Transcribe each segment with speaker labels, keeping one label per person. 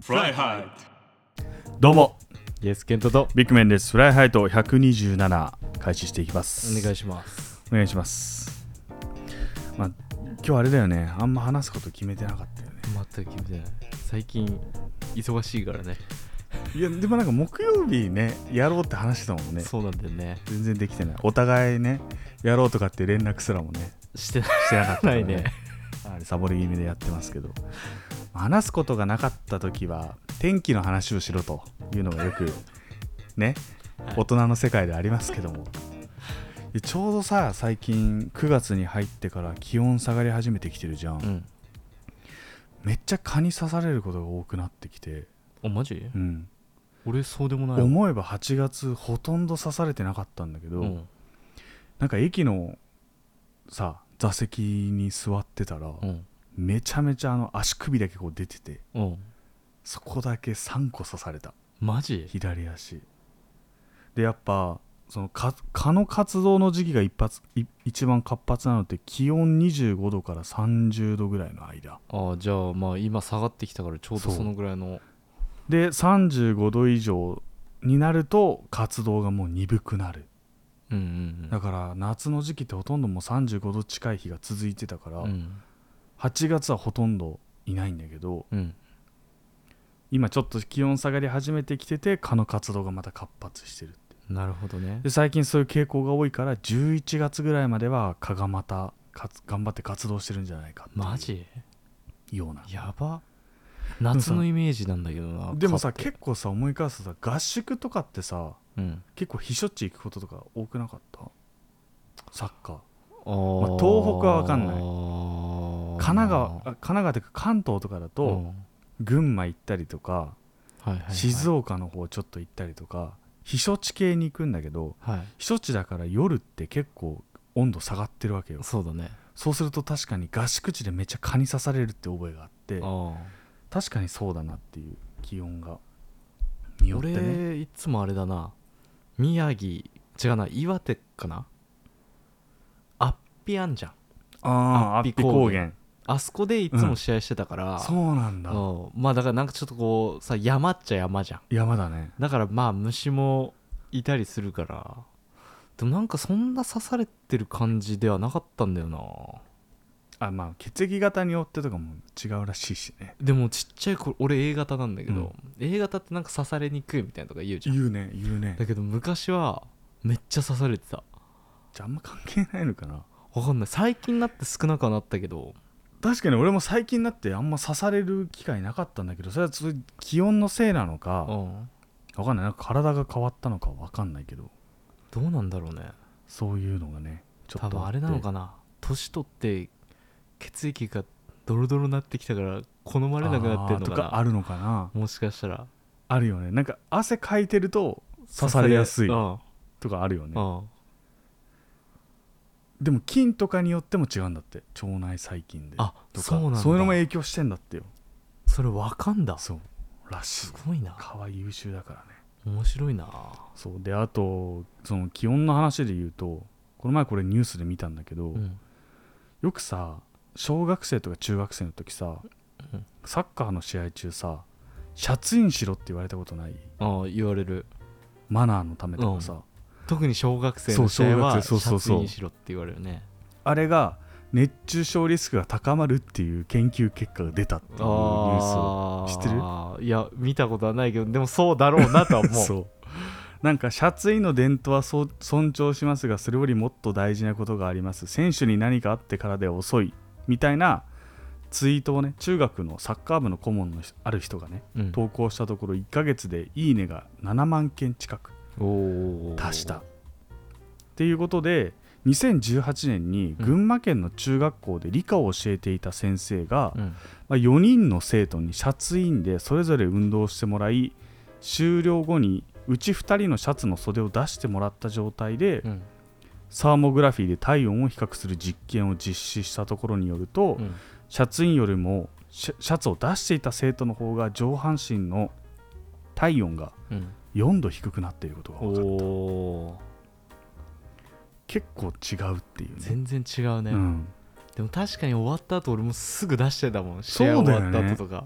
Speaker 1: フライハイト
Speaker 2: どうも
Speaker 3: イエスケントと
Speaker 2: ビッグメンですフライハイト127開始していきます
Speaker 3: お願いします
Speaker 2: お願いしますまあ今日あれだよねあんま話すこと決めてなかったよね
Speaker 3: 全く決めてない最近忙しいからね
Speaker 2: いやでもなんか木曜日ねやろうって話してたもんね
Speaker 3: そうなんだよね
Speaker 2: 全然できてないお互いねやろうとかって連絡すらもね
Speaker 3: してない
Speaker 2: してなかったから
Speaker 3: ないね
Speaker 2: はいサボり気味でやってますけど話すことがなかった時は天気の話をしろというのがよくね大人の世界でありますけどもでちょうどさ最近9月に入ってから気温下がり始めてきてるじゃん、
Speaker 3: うん
Speaker 2: めっちゃ蚊に刺されることが多くなってきて、
Speaker 3: おマジ
Speaker 2: うん
Speaker 3: 俺そうでもない
Speaker 2: 思えば8月ほとんど刺されてなかったんだけど、
Speaker 3: うん
Speaker 2: なんか駅のさ座席に座ってたら、
Speaker 3: うん
Speaker 2: めちゃめちゃあの足首だけこう出てて
Speaker 3: うん
Speaker 2: そこだけ3個刺された
Speaker 3: マジ
Speaker 2: 左足でやっぱその蚊蚊の活動の時期が一発い一番活発なのって気温25度から30度ぐらいの間
Speaker 3: ああじゃあまあ今下がってきたからちょうどそのぐらいの
Speaker 2: で35度以上になると活動がもう鈍くなる
Speaker 3: うんうん
Speaker 2: だから夏の時期ってほとんどもう35度近い日が続いてたから、
Speaker 3: うんうん
Speaker 2: 8月はほとんどいないんだけど
Speaker 3: うん
Speaker 2: 今ちょっと気温下がり始めてきてて蚊の活動がまた活発してる
Speaker 3: なるほどね
Speaker 2: で最近そういう傾向が多いから11月ぐらいまでは蚊がまたかつ頑張って活動してるんじゃないかっていう
Speaker 3: マジ
Speaker 2: ような
Speaker 3: やば夏のイメージなんだけどな
Speaker 2: でもさ
Speaker 3: 蚊って
Speaker 2: 結構さ思い返すとさ合宿とかってさ
Speaker 3: うん
Speaker 2: 結構避暑地行くこととか多くなかったサッカー
Speaker 3: あー
Speaker 2: まあ東北は分かんない
Speaker 3: あー
Speaker 2: 神奈川あ神奈川というか関東とかだ
Speaker 3: う
Speaker 2: と
Speaker 3: ん
Speaker 2: 群馬行ったりとか
Speaker 3: はいはいはい
Speaker 2: 静岡の方ちょっと行ったりとか避暑地系に行くんだけど
Speaker 3: はい
Speaker 2: 避暑地だから夜って結構温度下がってるわけよ
Speaker 3: そうだね
Speaker 2: そうすると確かに合宿地でめっちゃ蚊に刺されるって覚えがあって
Speaker 3: あ
Speaker 2: 確かにそうだなっていう気温がに
Speaker 3: あ
Speaker 2: よってね
Speaker 3: 俺いつもあれだな宮城違うな岩手かなアッピあんじゃん
Speaker 2: あー
Speaker 3: 安比高原
Speaker 2: 安比
Speaker 3: あそこでいつも試合してたから、
Speaker 2: 高原そうなんだ
Speaker 3: うんまあだからなんかちょっとこうさ山っちゃ山じゃん
Speaker 2: 山だね
Speaker 3: だからまあ虫もいたりするからでもなんかそんな刺されてる感じではなかったんだよな
Speaker 2: あまあ血液型によってとかも違うらしいしね
Speaker 3: でもちっちゃい頃俺 A 型なんだけど、A 型ってなんか刺されにくいみたいなとか言うじゃん
Speaker 2: 言うね言うね
Speaker 3: だけど昔はめっちゃ刺されてた
Speaker 2: じゃああんま関係ないのかな
Speaker 3: わかんない最近になって少なくはなったけど
Speaker 2: 確かに俺も最近だってあんま刺される機会なかったんだけどそれはそれ気温のせいなの
Speaker 3: う
Speaker 2: か
Speaker 3: ん
Speaker 2: 分かんないなんか体が変わったのか分かんないけど
Speaker 3: どうなんだろうね
Speaker 2: そういうのがねちょっと
Speaker 3: 多分あれなのかな年取って血液がドロドロになってきたから好まれなくなって
Speaker 2: あ
Speaker 3: るの
Speaker 2: ーと
Speaker 3: か
Speaker 2: かあるのかな
Speaker 3: なもしかしたら
Speaker 2: あるよねなんか汗かいてると刺されやすい
Speaker 3: うん
Speaker 2: とかあるよ
Speaker 3: う
Speaker 2: ね
Speaker 3: ん
Speaker 2: でも菌とかによっても違うんだって腸内細菌で
Speaker 3: あ
Speaker 2: とか
Speaker 3: そうなんだ
Speaker 2: そういうのも影響してんだってよ
Speaker 3: それわかんだす
Speaker 2: そうらしい
Speaker 3: ごいな
Speaker 2: 蚊は優秀だからね
Speaker 3: 面白いな
Speaker 2: そうであとその気温の話で言うとこの前これニュースで見たんだけど、
Speaker 3: うん
Speaker 2: よくさ小学生とか中学生の時さ、
Speaker 3: うん
Speaker 2: サッカーの試合中さシャツインしろって言われたことない
Speaker 3: ああ言われる
Speaker 2: マナーのためとかさ、
Speaker 3: 特に小学生の試合はシ
Speaker 2: そう小学生そう
Speaker 3: ャ
Speaker 2: そう
Speaker 3: ツ
Speaker 2: そう
Speaker 3: インしろって言われるね
Speaker 2: あれが熱中症リスクが高まるっていう研究結果が出たっていうニュースを
Speaker 3: ああ
Speaker 2: 知ってる
Speaker 3: いや見たことはないけどでもそうだろうなとは思 う
Speaker 2: そうなんかシャツインの伝統はそう尊重しますがそれよりもっと大事なことがあります選手に何かあってからでは遅いみたいなツイートをね中学のサッカー部の顧問の人ある人がね
Speaker 3: うん
Speaker 2: 投稿したところ1ヶ月で「いいね」が7万件近く
Speaker 3: おー
Speaker 2: 達した。っていうことで2018年に群馬県の中学校で理科を教えていた先生が、
Speaker 3: うん
Speaker 2: まあ、4人の生徒にシャツインでそれぞれ運動してもらい終了後にうち2人のシャツの袖を出してもらった状態で
Speaker 3: うん
Speaker 2: サーモグラフィーで体温を比較する実験を実施したところによると、
Speaker 3: うん
Speaker 2: シャツインよりもシャシャツを出していた生徒の方が上半身の体温が
Speaker 3: うん
Speaker 2: 4度低くなっていることが分かる
Speaker 3: おー
Speaker 2: 結構違うっていうね。
Speaker 3: 全然違うね、
Speaker 2: うん
Speaker 3: でも確かに終わった後俺もすぐ出してたもん
Speaker 2: そう
Speaker 3: 試
Speaker 2: だよ
Speaker 3: 合
Speaker 2: ね
Speaker 3: 終わった後とか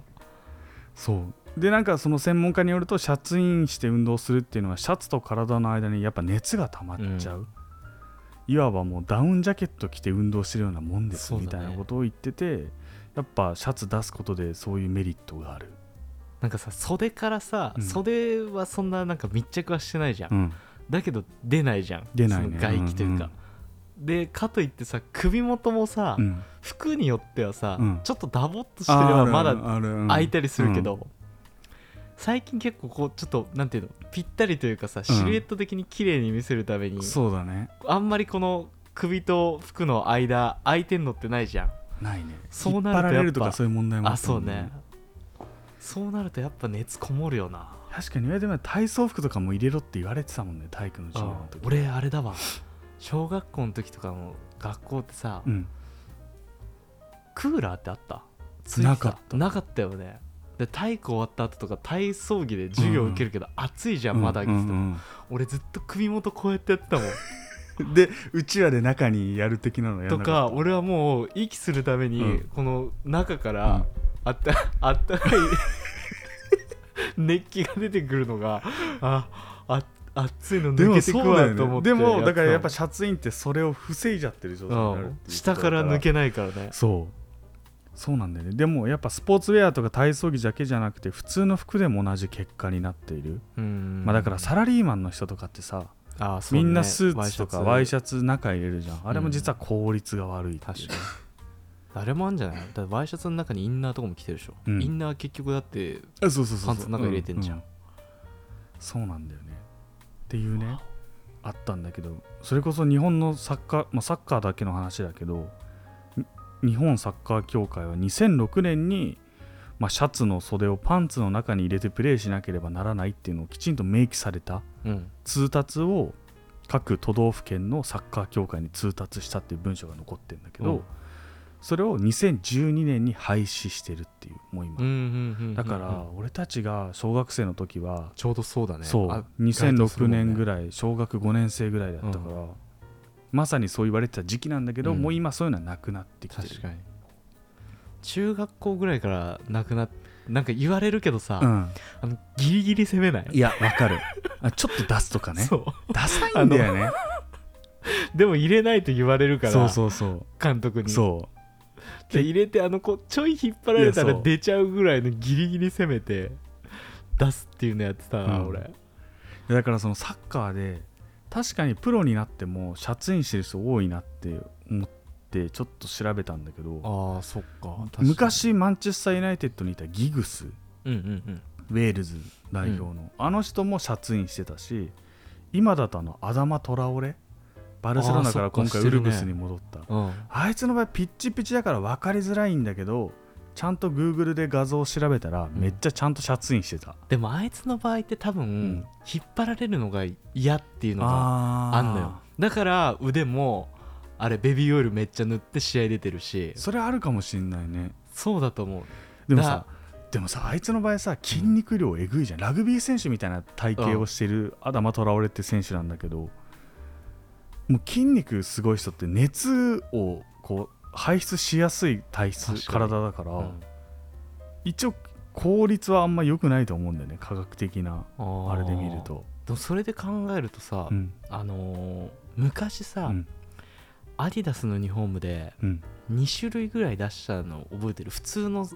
Speaker 2: そうでなんかその専門家によるとシャツインして運動するっていうのはシャツと体の間にやっぱ熱が溜まっちゃう、いわばもうダウンジャケット着て運動してるようなもんです、
Speaker 3: そうだ
Speaker 2: みたい
Speaker 3: ね
Speaker 2: なことを言っててやっぱシャツ出すことでそういうメリットがある、
Speaker 3: なんかさ袖からさ、
Speaker 2: うん
Speaker 3: 袖はそんななんか密着はしてないじゃん、
Speaker 2: うん、
Speaker 3: だけど出ないじゃん
Speaker 2: 出ないね
Speaker 3: その外気というか、でかといってさ首元もさ、
Speaker 2: うん
Speaker 3: 服によってはさ、
Speaker 2: うん
Speaker 3: ちょっとダボっとしてればまだ開いたりするけ、ど、
Speaker 2: あ
Speaker 3: 最近結構こうちょっとなんていうのぴったりというかさシルエット的に綺麗に見せるために、
Speaker 2: るあるあるうんそうだね
Speaker 3: あんまりこの首と服の間空いてんのってないじゃん
Speaker 2: ないね
Speaker 3: そうなるとやっ
Speaker 2: 引
Speaker 3: ぱ
Speaker 2: っ張られるとかそういう問題も
Speaker 3: あ
Speaker 2: ったも
Speaker 3: そうんねそうなるとやっぱ熱こもるよな
Speaker 2: 確かにいやでも体操服とかも入れろって言われてたもんね体育の授業の時
Speaker 3: 俺あれだわ小学校の時とかの学校ってさ、
Speaker 2: うん
Speaker 3: クーラーってあったついて
Speaker 2: なかった
Speaker 3: なかったよねで体育終わった後とか体操着で授業受けるけど、暑いじゃんまだ着て
Speaker 2: う
Speaker 3: て
Speaker 2: ん
Speaker 3: も、
Speaker 2: うん
Speaker 3: 俺ずっと首元こうやってやってたもん
Speaker 2: うんでうちわで中にやる的なのやら
Speaker 3: と
Speaker 2: なか
Speaker 3: か
Speaker 2: った
Speaker 3: 俺はもう息するために、
Speaker 2: うん
Speaker 3: この中か
Speaker 2: う
Speaker 3: ら
Speaker 2: ん
Speaker 3: あった あったかい熱気が出てくるのがああ熱いの
Speaker 2: で
Speaker 3: 抜
Speaker 2: も
Speaker 3: けてく
Speaker 2: そうだ
Speaker 3: わ
Speaker 2: よ
Speaker 3: と思
Speaker 2: ね
Speaker 3: って
Speaker 2: でもだからやっぱ
Speaker 3: て
Speaker 2: シャツインってそれを防いじゃってる状
Speaker 3: た
Speaker 2: 態に
Speaker 3: も
Speaker 2: なんるっていう
Speaker 3: う
Speaker 2: んこと
Speaker 3: 下から抜けないからね
Speaker 2: そうそうなんだよねでもやっぱスポーツウェアとか体操着だけじゃなくて普通の服でも同じ結果になっている、
Speaker 3: うん
Speaker 2: まあだからサラリーマンの人とかってさ、
Speaker 3: あーそうね
Speaker 2: みんなスーツとかワイシャツ中入れるじゃんあれも実は効率が悪いっていう
Speaker 3: 確かにあれもあんじゃないだってワイシャツの中にインナーとかも着てるでしょ、
Speaker 2: うん
Speaker 3: インナー結局だって
Speaker 2: あそうそうそうそう
Speaker 3: パンツの中入れてんじゃん
Speaker 2: うそうなんだよねっていうねあったんだけどそれこそ日本のサッカー、まあ、サッカーだけの話だけどに日本サッカー協会は2006年に、まあ、シャツの袖をパンツの中に入れてプレーしなければならないっていうのをきちんと明記された
Speaker 3: うん
Speaker 2: 通達を各都道府県のサッカー協会に通達したっていう文章が残ってるんだけど、
Speaker 3: うん
Speaker 2: それを2012年に廃止してるっていうもう今、
Speaker 3: うんうんうんうん
Speaker 2: だから俺たちが小学生の時は、
Speaker 3: ちょうどそうだね
Speaker 2: そう2006年ぐ
Speaker 3: らい
Speaker 2: らい小学5年生ぐらいだったから、
Speaker 3: う
Speaker 2: まさにそう言われてた時期なんだけど、
Speaker 3: うん
Speaker 2: もう今そういうのはなくなってきてる
Speaker 3: 確かに中学校ぐらいからなくなっなんか言われるけどさ、
Speaker 2: うん、
Speaker 3: あのギリギリ攻めない
Speaker 2: いやわかるあちょっと出すとかね
Speaker 3: そう
Speaker 2: ダサいんだよね
Speaker 3: でも入れないと言われるから
Speaker 2: そうそうそ
Speaker 3: 監督
Speaker 2: う
Speaker 3: に
Speaker 2: そ
Speaker 3: で入れてあのこうちょい引っ張られた
Speaker 2: いや
Speaker 3: ら
Speaker 2: そう
Speaker 3: 出ちゃうぐらいのギリギリ攻めて出すっていうのやってたな、
Speaker 2: うん
Speaker 3: 俺
Speaker 2: うだからそのサッカーで確かにプロになってもシャツインしてる人多いなって思ってちょっと調べたんだけど
Speaker 3: ああそっか
Speaker 2: 昔マンチェスター・ユナイテッドにいたギグス
Speaker 3: うんうんうん
Speaker 2: ウェールズ代表の、あの人もシャツインしてたし今だとあのアダマ・トラオレバルセロナから今
Speaker 3: あーそっ
Speaker 2: 回
Speaker 3: か
Speaker 2: ウルブスに戻ったあ,、
Speaker 3: うん、
Speaker 2: いつの場合ピッチピチだから分かりづらいんだけどちゃんと Google で画像を調べたら
Speaker 3: ん
Speaker 2: めっちゃちゃんとシャツインしてた、
Speaker 3: でもあいつの場合って多分、
Speaker 2: ん
Speaker 3: 引っ張られるのが嫌っていうのが
Speaker 2: あー
Speaker 3: あんのよだから腕もあれベビーオイルめっちゃ塗って試合出てるし
Speaker 2: それあるかもしんないね
Speaker 3: そうだと思う
Speaker 2: でもさでもさあいつの場合さ筋肉量えぐいじゃん、ラグビー選手みたいな体型をしてるアダマ・トラオレって選手なんだけどもう筋肉すごい人って熱をこう排出しやすい体質
Speaker 3: 確かに
Speaker 2: 体だから、
Speaker 3: うん
Speaker 2: 一応効率はあんま良くないと思うんだよね科学的なあれで見ると、
Speaker 3: でもそれで考えるとさ、
Speaker 2: うん
Speaker 3: あのー昔
Speaker 2: う
Speaker 3: さ、
Speaker 2: ん
Speaker 3: アディダスのユニフォームで
Speaker 2: うん、
Speaker 3: 2種類ぐらい出したの覚えてる普通の
Speaker 2: あっ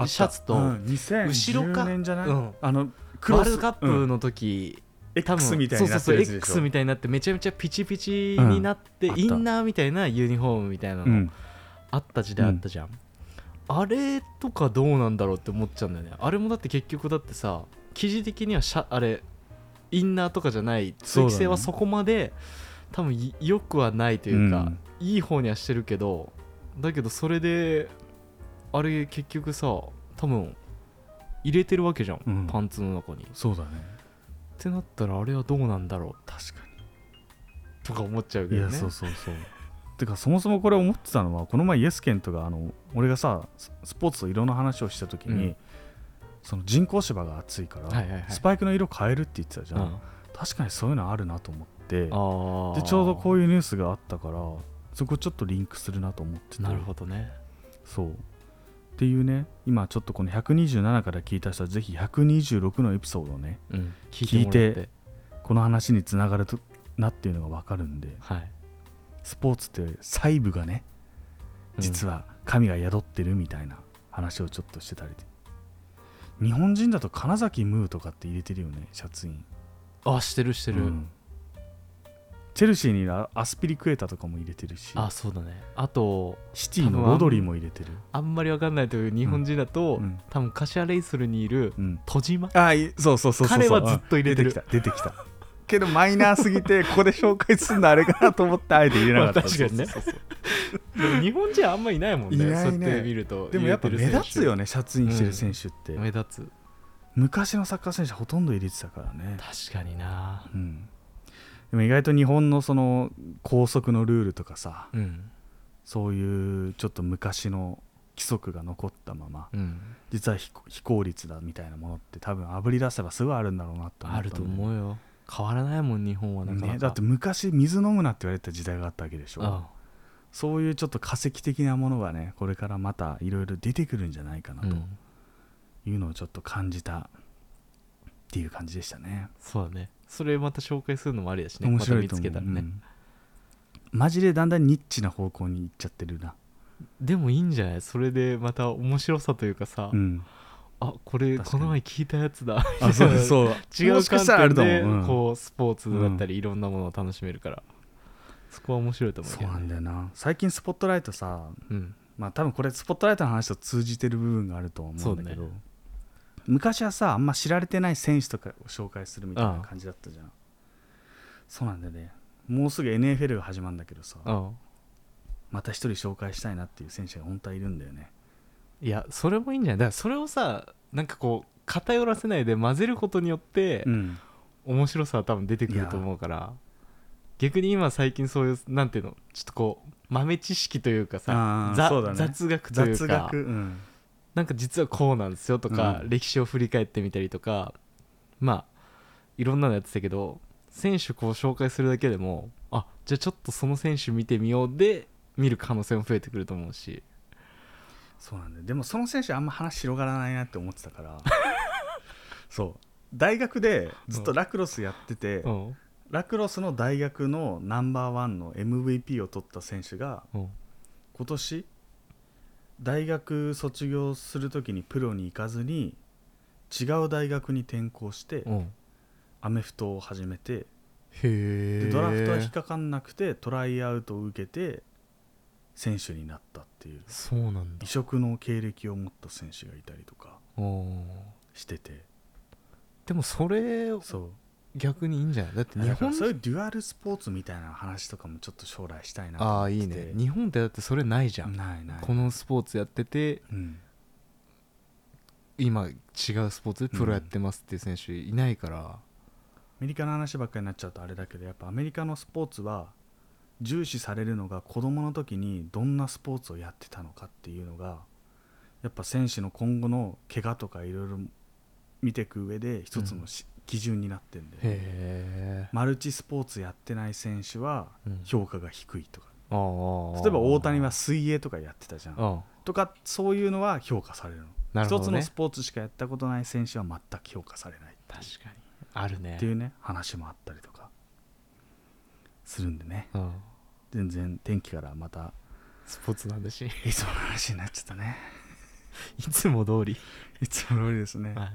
Speaker 2: た
Speaker 3: シャツと
Speaker 2: うん、2010年じゃない、
Speaker 3: うん
Speaker 2: あのク
Speaker 3: ワ
Speaker 2: ロ
Speaker 3: ール
Speaker 2: ス
Speaker 3: ドカップの時、
Speaker 2: うん X みたいになって
Speaker 3: そう
Speaker 2: る
Speaker 3: そう
Speaker 2: やつでしょ
Speaker 3: そう X みたいになってめちゃめちゃピチピチになって、
Speaker 2: うんあった
Speaker 3: インナーみたいなユニフォームみたいなの、
Speaker 2: うん、
Speaker 3: あった時代あったじゃん、あれとかどうなんだろうって思っちゃうんだよねあれもだって結局だってさ記事的にはシャあれインナーとかじゃない通
Speaker 2: そうだね
Speaker 3: 気性はそこまで、多分い良くはないというか、いい方にはしてるけどだけどそれであれ結局さ多分入れてるわけじゃん、
Speaker 2: うん
Speaker 3: パンツの中にっ
Speaker 2: そうだね
Speaker 3: てなったらあれはどうなんだろ
Speaker 2: 確かに
Speaker 3: うとか思っちゃうけ
Speaker 2: い
Speaker 3: ど
Speaker 2: や
Speaker 3: ね
Speaker 2: そうそうそうてかそもそもこれ思ってたのはこの前イエスケントがあの俺がさススポーツと色の話をした時に、
Speaker 3: うん
Speaker 2: その人工芝が厚いから、
Speaker 3: はいはいはい
Speaker 2: スパイクの色変えるって言ってたじゃん、
Speaker 3: うん
Speaker 2: 確かにそういうのあるなと思ってでち
Speaker 3: あー
Speaker 2: ょうどこういうニュースがあったからそこちょっとリンクするなと思ってて
Speaker 3: なるほどね
Speaker 2: そうっていうね今ちょっとこの127から聞いた人はぜひ126のエピソードをね
Speaker 3: うん、
Speaker 2: 聞
Speaker 3: 聞
Speaker 2: い
Speaker 3: い
Speaker 2: て
Speaker 3: てもらって
Speaker 2: この話につながるとなっていうのが分かるんで
Speaker 3: はい、
Speaker 2: スポーツって細部がね実
Speaker 3: は
Speaker 2: は神が宿ってるみたいな話をちょっとしてたりで日本人だと金崎ムーとかって入れてるよねシャツイン
Speaker 3: あしてるしてる、
Speaker 2: うんチェルシーにいるアスピリクエタとかも入れてるし
Speaker 3: あそうだねあと
Speaker 2: シティのロドリも入れてる、
Speaker 3: あんまりわかんないという日本人だと、
Speaker 2: うん
Speaker 3: 多分カシアレイソルにいる
Speaker 2: うん、
Speaker 3: 戸島
Speaker 2: あいそうそうそうそうそう
Speaker 3: 彼はずっと入れて
Speaker 2: 出
Speaker 3: る
Speaker 2: てきた出てきたけどマイナーすぎ てここで紹介するのあれかなと思ってあえて入れなかった、
Speaker 3: まあ確かにね
Speaker 2: そうそうそう
Speaker 3: でも日本人はあんまいないもんね
Speaker 2: いないね
Speaker 3: そうやって見ると
Speaker 2: でもやっぱ目立つよ
Speaker 3: ね
Speaker 2: ねシャツインしてる選手って、
Speaker 3: 目立つ
Speaker 2: 昔のサッカー選手ほとんど入れてたからね、
Speaker 3: 確かにな
Speaker 2: うん、でも意外と日本のその校則のルールとかさ
Speaker 3: うん
Speaker 2: そういうちょっと昔の規則が残ったまま
Speaker 3: うん
Speaker 2: 実は非非効率だみたいなものって多分あぶり出せばすぐあるんだろうなと思ったんだ
Speaker 3: あ
Speaker 2: よね
Speaker 3: ると思うよ変わらないもん日本はなかなか、
Speaker 2: ね、だって昔水飲むなって言われてた時代があったわけでしょ
Speaker 3: あ
Speaker 2: そういうちょっと化石的なものがねこれからまたいろいろ出てくるんじゃないかな
Speaker 3: あ、う
Speaker 2: と
Speaker 3: ん、
Speaker 2: いうのをちょっと感じたっていう感じでしたね、
Speaker 3: そうだねそれまた紹介するのもありだしね
Speaker 2: 面白い
Speaker 3: ま
Speaker 2: と
Speaker 3: た見つ
Speaker 2: 思う、
Speaker 3: けたらね、
Speaker 2: うんマジでだんだんニッチな方向に行っちゃってるな、
Speaker 3: でもいいんじゃないそれでまた面白さというかさ、
Speaker 2: うん、
Speaker 3: あこれ
Speaker 2: 確か
Speaker 3: こ
Speaker 2: に
Speaker 3: の前聞いたやつだ
Speaker 2: あ そうそう
Speaker 3: 違う
Speaker 2: もしかしたらあ
Speaker 3: 観
Speaker 2: ると
Speaker 3: 点
Speaker 2: 思
Speaker 3: で
Speaker 2: う、うん
Speaker 3: こうスポーツだったりいろんなものを楽しめるから、そこは面白いと思う
Speaker 2: そ
Speaker 3: け
Speaker 2: う
Speaker 3: ど
Speaker 2: なん
Speaker 3: ね
Speaker 2: だよな最近スポットライトさ
Speaker 3: うん
Speaker 2: まあ多分これスポットライトの話と通じてる部分があると思うんだけど、
Speaker 3: そう
Speaker 2: 昔はさあんま知られてない選手とかを紹介するみたいな感じだったじゃんそうなんだよねもうすぐ NFL が始まるんだけどさ
Speaker 3: ああ
Speaker 2: また一人紹介したいなっていう選手が本当はいるんだよね
Speaker 3: いやそれもいいんじゃないだからそれをさなんかこう偏らせないで混ぜることによって、
Speaker 2: うん
Speaker 3: 面白さは多分出てくると思うから逆に今最近そういうなんていうのちょっとこう豆知識というか
Speaker 2: あ
Speaker 3: さ
Speaker 2: ー
Speaker 3: ざ
Speaker 2: そうだね
Speaker 3: 雑学という
Speaker 2: 雑
Speaker 3: か
Speaker 2: 学うん
Speaker 3: なんか実はこうなんですよとか、
Speaker 2: うん
Speaker 3: 歴史を振り返ってみたりとかまあいろんなのやってたけど選手こう紹介するだけでもあじゃあちょっとその選手見てみようで見る可能性も増えてくると思うし
Speaker 2: そうなんだよでもその選手あんま話広がらないなって思ってたから そう大学でずっとラクロスやってて、
Speaker 3: うん
Speaker 2: ラクロスの大学のナンバーワンの MVP を取った選手が
Speaker 3: うん
Speaker 2: 今年大学卒業するときにプロに行かずに違う大学に転校して
Speaker 3: うん
Speaker 2: アメフトを始めて
Speaker 3: へ
Speaker 2: で
Speaker 3: え
Speaker 2: ドラフトは引っかかんなくてトライアウトを受けて選手になったっていう
Speaker 3: そうなんだ
Speaker 2: 異色の経歴を持った選手がいたりとか
Speaker 3: うん
Speaker 2: してて
Speaker 3: でもそれ
Speaker 2: そう
Speaker 3: 逆にいいんじゃないだって日
Speaker 2: だから
Speaker 3: 本
Speaker 2: そういうデュアルスポーツみたいな話とかもちょっと将来したいなと
Speaker 3: あ
Speaker 2: 思
Speaker 3: あ
Speaker 2: って
Speaker 3: い
Speaker 2: て
Speaker 3: いね日本ってだってそれないじゃん、
Speaker 2: ないない
Speaker 3: このスポーツやってて
Speaker 2: うん
Speaker 3: 今違うスポーツでプロやってますっていう選手いないから、
Speaker 2: アメリカの話ばっかりになっちゃうとあれだけどやっぱアメリカのスポーツは重視されるのが子どもの時にどんなスポーツをやってたのかっていうのがやっぱ選手の今後の怪我とかいろいろ見ていく上で一つのし、基準になってるんで、
Speaker 3: へえ
Speaker 2: マルチスポーツやってない選手は
Speaker 3: うん
Speaker 2: 評価が低いとか、
Speaker 3: ああ
Speaker 2: 例えば大谷は水泳とかやってたじゃん
Speaker 3: ああ
Speaker 2: とかそういうのは評価されるの
Speaker 3: なるほ
Speaker 2: 一
Speaker 3: ど、ね、
Speaker 2: つのスポーツしかやったことない選手は全く評価されない
Speaker 3: 確かにあるね
Speaker 2: っていうね話もあったりとかするんでね
Speaker 3: うん、
Speaker 2: 全然天気からまた
Speaker 3: スポーツなんだ し
Speaker 2: いつもの話になっちゃった ね
Speaker 3: いつも 通り、
Speaker 2: いつも通りですね
Speaker 3: は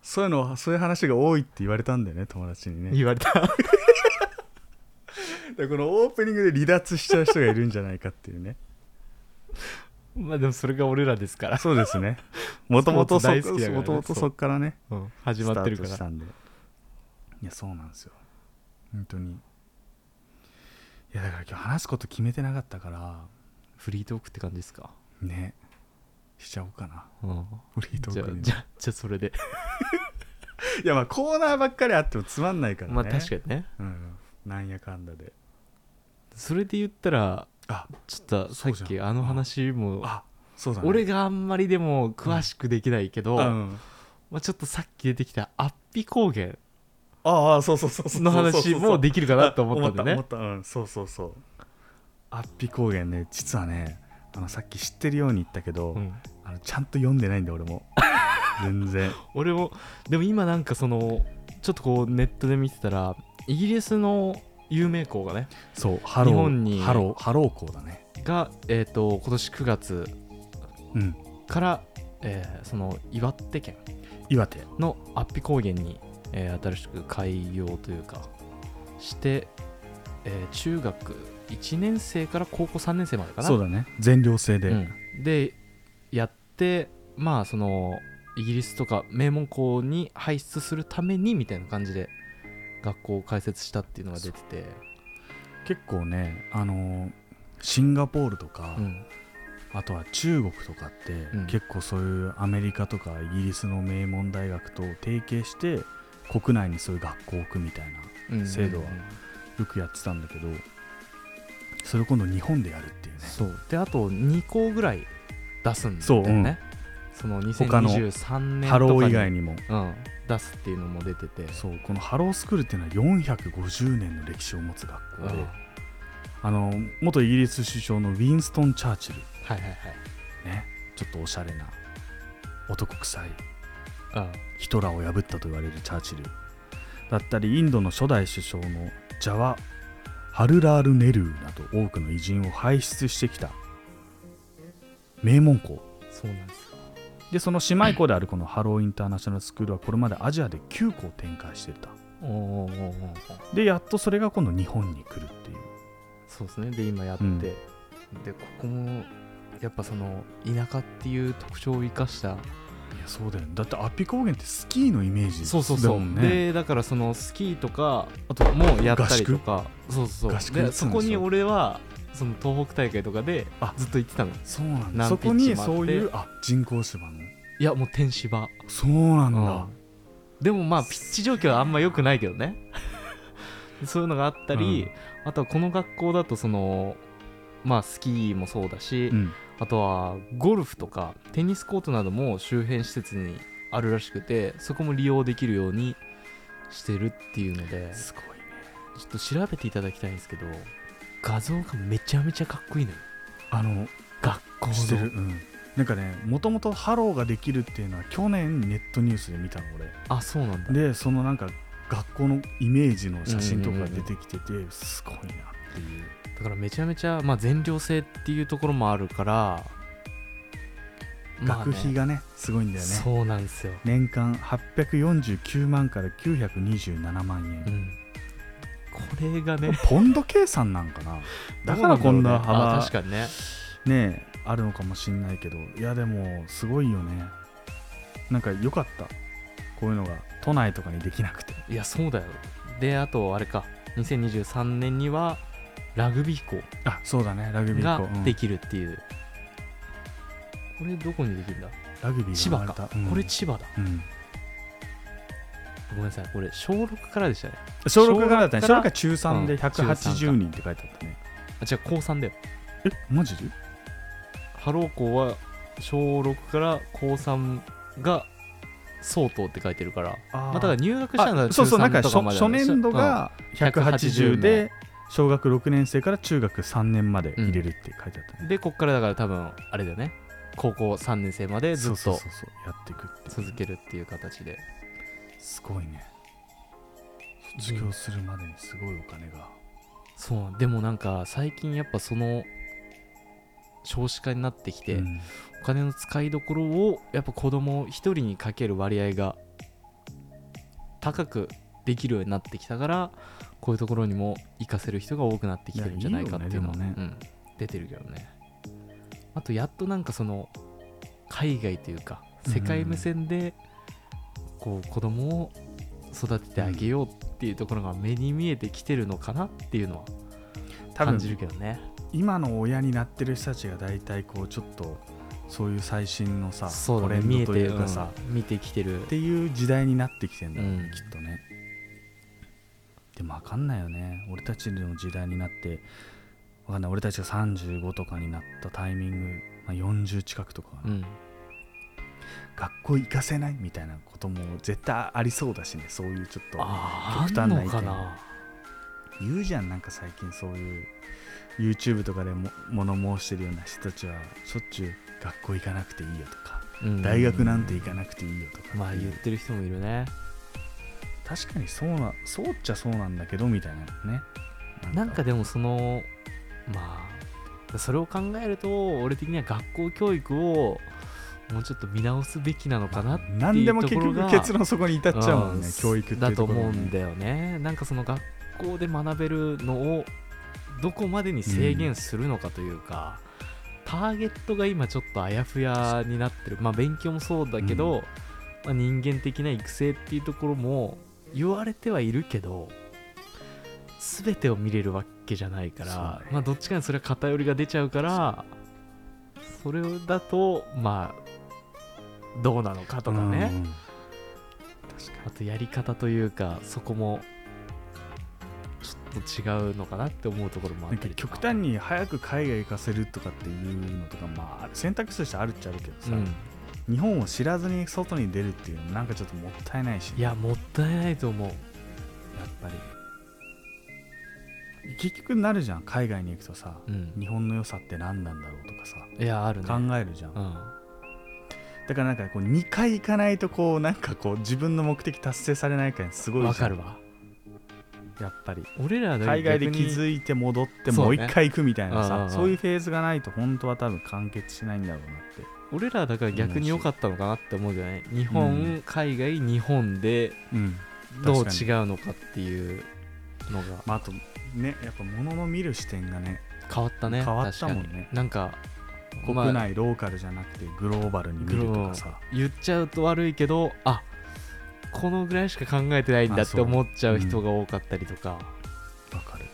Speaker 2: そういうのそういう話が多いって言われたんだよね友達に
Speaker 3: い
Speaker 2: ね
Speaker 3: 言われた
Speaker 2: でこのオープニングで離脱しちゃう人がいるんじゃないかって いうね
Speaker 3: まあでもそれが俺らですから、
Speaker 2: そうですねもともと
Speaker 3: ス
Speaker 2: そ
Speaker 3: ポ
Speaker 2: こ
Speaker 3: ーツ大好きだからね
Speaker 2: もともとそっからね
Speaker 3: うん、始まってる
Speaker 2: スタート
Speaker 3: か
Speaker 2: した
Speaker 3: ら
Speaker 2: んでいやそうなんですよ本当にいやだから今日話すこと決めてなかったから
Speaker 3: フリートークって感じですか、
Speaker 2: ねしちゃおうかな
Speaker 3: うん、
Speaker 2: フリート
Speaker 3: じ
Speaker 2: ー
Speaker 3: ゃあ
Speaker 2: クに
Speaker 3: じゃあじゃあそれで、
Speaker 2: いやまあコーナーばっかりあってもつまんないからね
Speaker 3: まあ確かにね
Speaker 2: うん、なんやかんだで
Speaker 3: それで言ったら
Speaker 2: あ
Speaker 3: ちょっとさっ
Speaker 2: そうじ
Speaker 3: き
Speaker 2: ゃん
Speaker 3: あの話も
Speaker 2: あそうだね
Speaker 3: 俺があんまりでも詳しくできないけど、
Speaker 2: うん
Speaker 3: まあ、ちょっとさっき出てきたアッピ高原
Speaker 2: ああそうそうそうそう
Speaker 3: の話もで
Speaker 2: き
Speaker 3: きるかなと思ったんでね
Speaker 2: 思った思った、うん、そうそうそう安比高原ね実はねあのさっき知ってるように言ったけど、
Speaker 3: うん、
Speaker 2: あのちゃんと読んでないんだ俺 も全然
Speaker 3: 俺もでも今なんかそのちょっとこうネットで見てたらイギリスの有名校がね
Speaker 2: そうハロー
Speaker 3: 日本に
Speaker 2: ハローハロー校だね
Speaker 3: が、えー、と今年9月
Speaker 2: うん
Speaker 3: から、えーその岩手県
Speaker 2: 岩手
Speaker 3: の安比高原に、えー新しく開業というかして、えー中学1年生から高校3年生までかな
Speaker 2: そうだね全寮制で、
Speaker 3: うんでやってまあそのイギリスとか名門校に輩出するためにみたいな感じで学校を開設したっていうのが出てて
Speaker 2: 結構ねあのーシンガポールとか、
Speaker 3: うん
Speaker 2: あとは中国とかって、
Speaker 3: うん
Speaker 2: 結構そういうアメリカとかイギリスの名門大学と提携して国内にそういう学校を置くみたいな
Speaker 3: うん
Speaker 2: 制度は
Speaker 3: うん
Speaker 2: よくやってたんだけどそれを今度日本でやるっていうね
Speaker 3: そうであと2校ぐらい出すんだ
Speaker 2: そう
Speaker 3: よ
Speaker 2: うん
Speaker 3: ねその
Speaker 2: 他の
Speaker 3: 2023年
Speaker 2: ハ
Speaker 3: と
Speaker 2: ロー
Speaker 3: かに
Speaker 2: 以外にも
Speaker 3: うん、出すっていうのも出てて
Speaker 2: そうこのハロースクールっていうのは450年の歴史を持つ学校で、
Speaker 3: うん
Speaker 2: あの元イギリス首相のウィンストン・チャーチル
Speaker 3: はいはい
Speaker 2: ねちょっとおしゃれな男臭い
Speaker 3: はい、
Speaker 2: ヒトラーを破ったと言われるチャーチルだったりインドの初代首相のジャワ・ハルラール・ネルーなど多くの偉人を輩出してきた名門校
Speaker 3: うん、そうなんですよ
Speaker 2: でその姉妹校であるこのハローインターナショナルスクールはこれまでアジアで9校展開してた
Speaker 3: おーおーおーおー
Speaker 2: でやっとそれが今度日本に来るっていう
Speaker 3: そうですねで今やって、
Speaker 2: うん
Speaker 3: でここもやっぱその田舎っていう特徴を生かし
Speaker 2: い
Speaker 3: た
Speaker 2: やそうだよねだってアピ高原ってスキーのイメージだもんね
Speaker 3: でだからそのスキーとかあともうやったりとかそうそう
Speaker 2: 合
Speaker 3: そ
Speaker 2: 宿
Speaker 3: う
Speaker 2: やってた
Speaker 3: でそ
Speaker 2: んで
Speaker 3: こ
Speaker 2: すよ
Speaker 3: に俺はその東北大会とかで
Speaker 2: あ
Speaker 3: ずっと行ってたの
Speaker 2: そうなんだ
Speaker 3: 何
Speaker 2: そこに
Speaker 3: ピッチもあって
Speaker 2: そういうあ人工芝の
Speaker 3: いやもう天芝
Speaker 2: そうなんだ、
Speaker 3: うんでもまあピッチ状況はあんま良くないけどね そういうのがあったり、あとはこの学校だとそのまあスキーもそうだし、
Speaker 2: うん
Speaker 3: あとはゴルフとかテニスコートなども周辺施設にあるらしくてそこも利用できるようにしてるっていうのでち
Speaker 2: すごいね
Speaker 3: ょっと調べていただきたいんですけど画像がめちゃめちゃかっこいいのよ
Speaker 2: あの
Speaker 3: 学校
Speaker 2: して
Speaker 3: の
Speaker 2: る、うん、なんかねもともとハローができるっていうのは去年ネットニュースで見たの
Speaker 3: あそうなんだ
Speaker 2: 俺でそのなんか学校のイメージの写真とかが出てきてて、すごいなっていう
Speaker 3: だからめちゃめちゃ、まあ、全寮制っていうところもあるから、まあ
Speaker 2: 学
Speaker 3: ね
Speaker 2: 費がねすごいんだよね
Speaker 3: そうなんですよ、
Speaker 2: 年間849万から927万円、
Speaker 3: うん、これがね
Speaker 2: ポンド計算なんか なだからこんな
Speaker 3: あ
Speaker 2: 幅
Speaker 3: 確かにね
Speaker 2: ねあるのかもしんないけどいやでもすごいよねなんか良かったこういうのが都内とかにできなくて
Speaker 3: いやそうだよであとあれか2023年にはラグビー
Speaker 2: あそうだねラグビ
Speaker 3: 校
Speaker 2: ー
Speaker 3: が
Speaker 2: 校うん
Speaker 3: できるっていう、これどこにできるんだ
Speaker 2: ラグビーが
Speaker 3: 千葉か、
Speaker 2: うん
Speaker 3: これ千葉だ
Speaker 2: うん
Speaker 3: ごめんなさいこれ小6からでしたね
Speaker 2: 小6からだったね小
Speaker 3: 小
Speaker 2: 6
Speaker 3: 六
Speaker 2: か
Speaker 3: から
Speaker 2: 中3で
Speaker 3: うん
Speaker 2: 180人って書いてあったね、
Speaker 3: あ違う高3だよ
Speaker 2: えマジで
Speaker 3: ハロー校は小6から高3が相当って書いてるから
Speaker 2: あ
Speaker 3: まあ、だから入学したのは
Speaker 2: あそうそうなんか
Speaker 3: 中
Speaker 2: 初
Speaker 3: 3とかまで
Speaker 2: 初年度
Speaker 3: うん
Speaker 2: が180
Speaker 3: 180
Speaker 2: で小学6年生から中学3年まで入れるって書いてあったね、
Speaker 3: でこっからだから多分あれだよね高校3年生までずっ
Speaker 2: そう
Speaker 3: と
Speaker 2: そうそうそうやっていくっていう
Speaker 3: 続けるっていう形です
Speaker 2: ごいね卒業するまでにすごいお金が、
Speaker 3: そうでもなんか最近やっぱその少子化になってきて、
Speaker 2: うん
Speaker 3: お金の使いどころをやっぱ子供一人にかける割合が高くできるようになってきたからこういうところにも行かせる人が多くなってきてるんじゃないかっていうのはい
Speaker 2: やいいよね
Speaker 3: うん、出てるけどねあとやっとなんかその海外というか世界目線でこう子供を育ててあげようっていうところが目に見えてきてるのかなっていうのは
Speaker 2: 多
Speaker 3: 感
Speaker 2: 分
Speaker 3: じるけどね
Speaker 2: 今の親になってる人たちが大体こうちょっとそういう最新のさ、
Speaker 3: そう
Speaker 2: ト
Speaker 3: だ
Speaker 2: レ
Speaker 3: ね見
Speaker 2: ン
Speaker 3: え
Speaker 2: ドとい
Speaker 3: て
Speaker 2: うかさ、
Speaker 3: うん見てきてる
Speaker 2: っていう時代になってきてんだよね、
Speaker 3: うん
Speaker 2: きっとねでも分かんないよね俺たちの時代になって分かんない俺たちが35とかになったタイミング、まあ、40近くとか、
Speaker 3: うん
Speaker 2: 学校行かせないみたいなことも絶対ありそうだしねそういうちょっと
Speaker 3: あー
Speaker 2: 極端な意見
Speaker 3: あんのかな
Speaker 2: 言うじゃんなんか最近そういう YouTube とかでも物申してるような人たちはしょっちゅう学校行かなくていいよとか
Speaker 3: うん
Speaker 2: 大学なんて行かなくていいよとか
Speaker 3: まあ言ってる人もいるね
Speaker 2: 確かにそうなそうっちゃそうなんだけどみたいなのね
Speaker 3: なんかでもそのまあそれを考えると俺的には学校教育をもうちょっと見直すべきなのかなっていうところが
Speaker 2: 何でも結局結論そこに至っちゃうもんね
Speaker 3: うん
Speaker 2: 教育ってい
Speaker 3: だ
Speaker 2: うと
Speaker 3: と
Speaker 2: ころに
Speaker 3: 思うんだよねなんかその学校で学べるのをどこまでに制限するのかというか、ターゲットが今ちょっとあやふやになってるまあ勉強もそうだけど、
Speaker 2: う
Speaker 3: まあ、人間的な育成っていうところも言われてはいるけど全てを見れるわけじゃないから、
Speaker 2: そうね
Speaker 3: まあどっちかにそれは偏りが出ちゃうからそれだとまあどうなのかとかね、
Speaker 2: うん
Speaker 3: あとやり方というかそこもちょっと違うのかなって思うところも
Speaker 2: な
Speaker 3: あっ
Speaker 2: ん
Speaker 3: た
Speaker 2: か
Speaker 3: りと
Speaker 2: 極
Speaker 3: か
Speaker 2: 端に早く海外行かせるとかっていうのとか、まあ、選択肢としてあるっちゃあるけどさ、
Speaker 3: うん
Speaker 2: 日本を知らずに外に出るっていうのもなんかちょっともったいないしね、
Speaker 3: いやもったいないと思う
Speaker 2: やっぱり結局なるじゃん海外に行くとさ、
Speaker 3: うん
Speaker 2: 日本の良さって何なんだろうとかさ
Speaker 3: いやあるね
Speaker 2: 考えるじゃん、
Speaker 3: うん
Speaker 2: だからなんかこう2回行かないとこうなんかこう自分の目的達成されないからすごいじゃん
Speaker 3: わかるわ
Speaker 2: やっぱり
Speaker 3: 俺らだけ
Speaker 2: 海外で
Speaker 3: 逆
Speaker 2: 気
Speaker 3: に
Speaker 2: づいて戻って
Speaker 3: そ
Speaker 2: も
Speaker 3: う
Speaker 2: う
Speaker 3: ね
Speaker 2: 一回行くみたいな
Speaker 3: うんうん
Speaker 2: さ
Speaker 3: うん
Speaker 2: そういうフェーズがないと本当は多分完結しないんだろうなって
Speaker 3: 俺らだから逆に良かったのかなって思うじゃない日本、
Speaker 2: うん
Speaker 3: 海外日本で
Speaker 2: うん
Speaker 3: ど
Speaker 2: 確
Speaker 3: う
Speaker 2: か
Speaker 3: 違
Speaker 2: に
Speaker 3: うのかっていうのが
Speaker 2: まあ、あとねやっぱ物の見る視点がね
Speaker 3: 変わったね
Speaker 2: 変わったもんね
Speaker 3: 確かになんか
Speaker 2: 国
Speaker 3: まあ
Speaker 2: 内、ローカルじゃなくてグローバルに見るとかさ
Speaker 3: 言っちゃうと悪いけどあこのぐらいしか考えてないんだ
Speaker 2: あ
Speaker 3: っ
Speaker 2: そ
Speaker 3: て
Speaker 2: う
Speaker 3: 思っちゃう人が多かったりとか
Speaker 2: わかる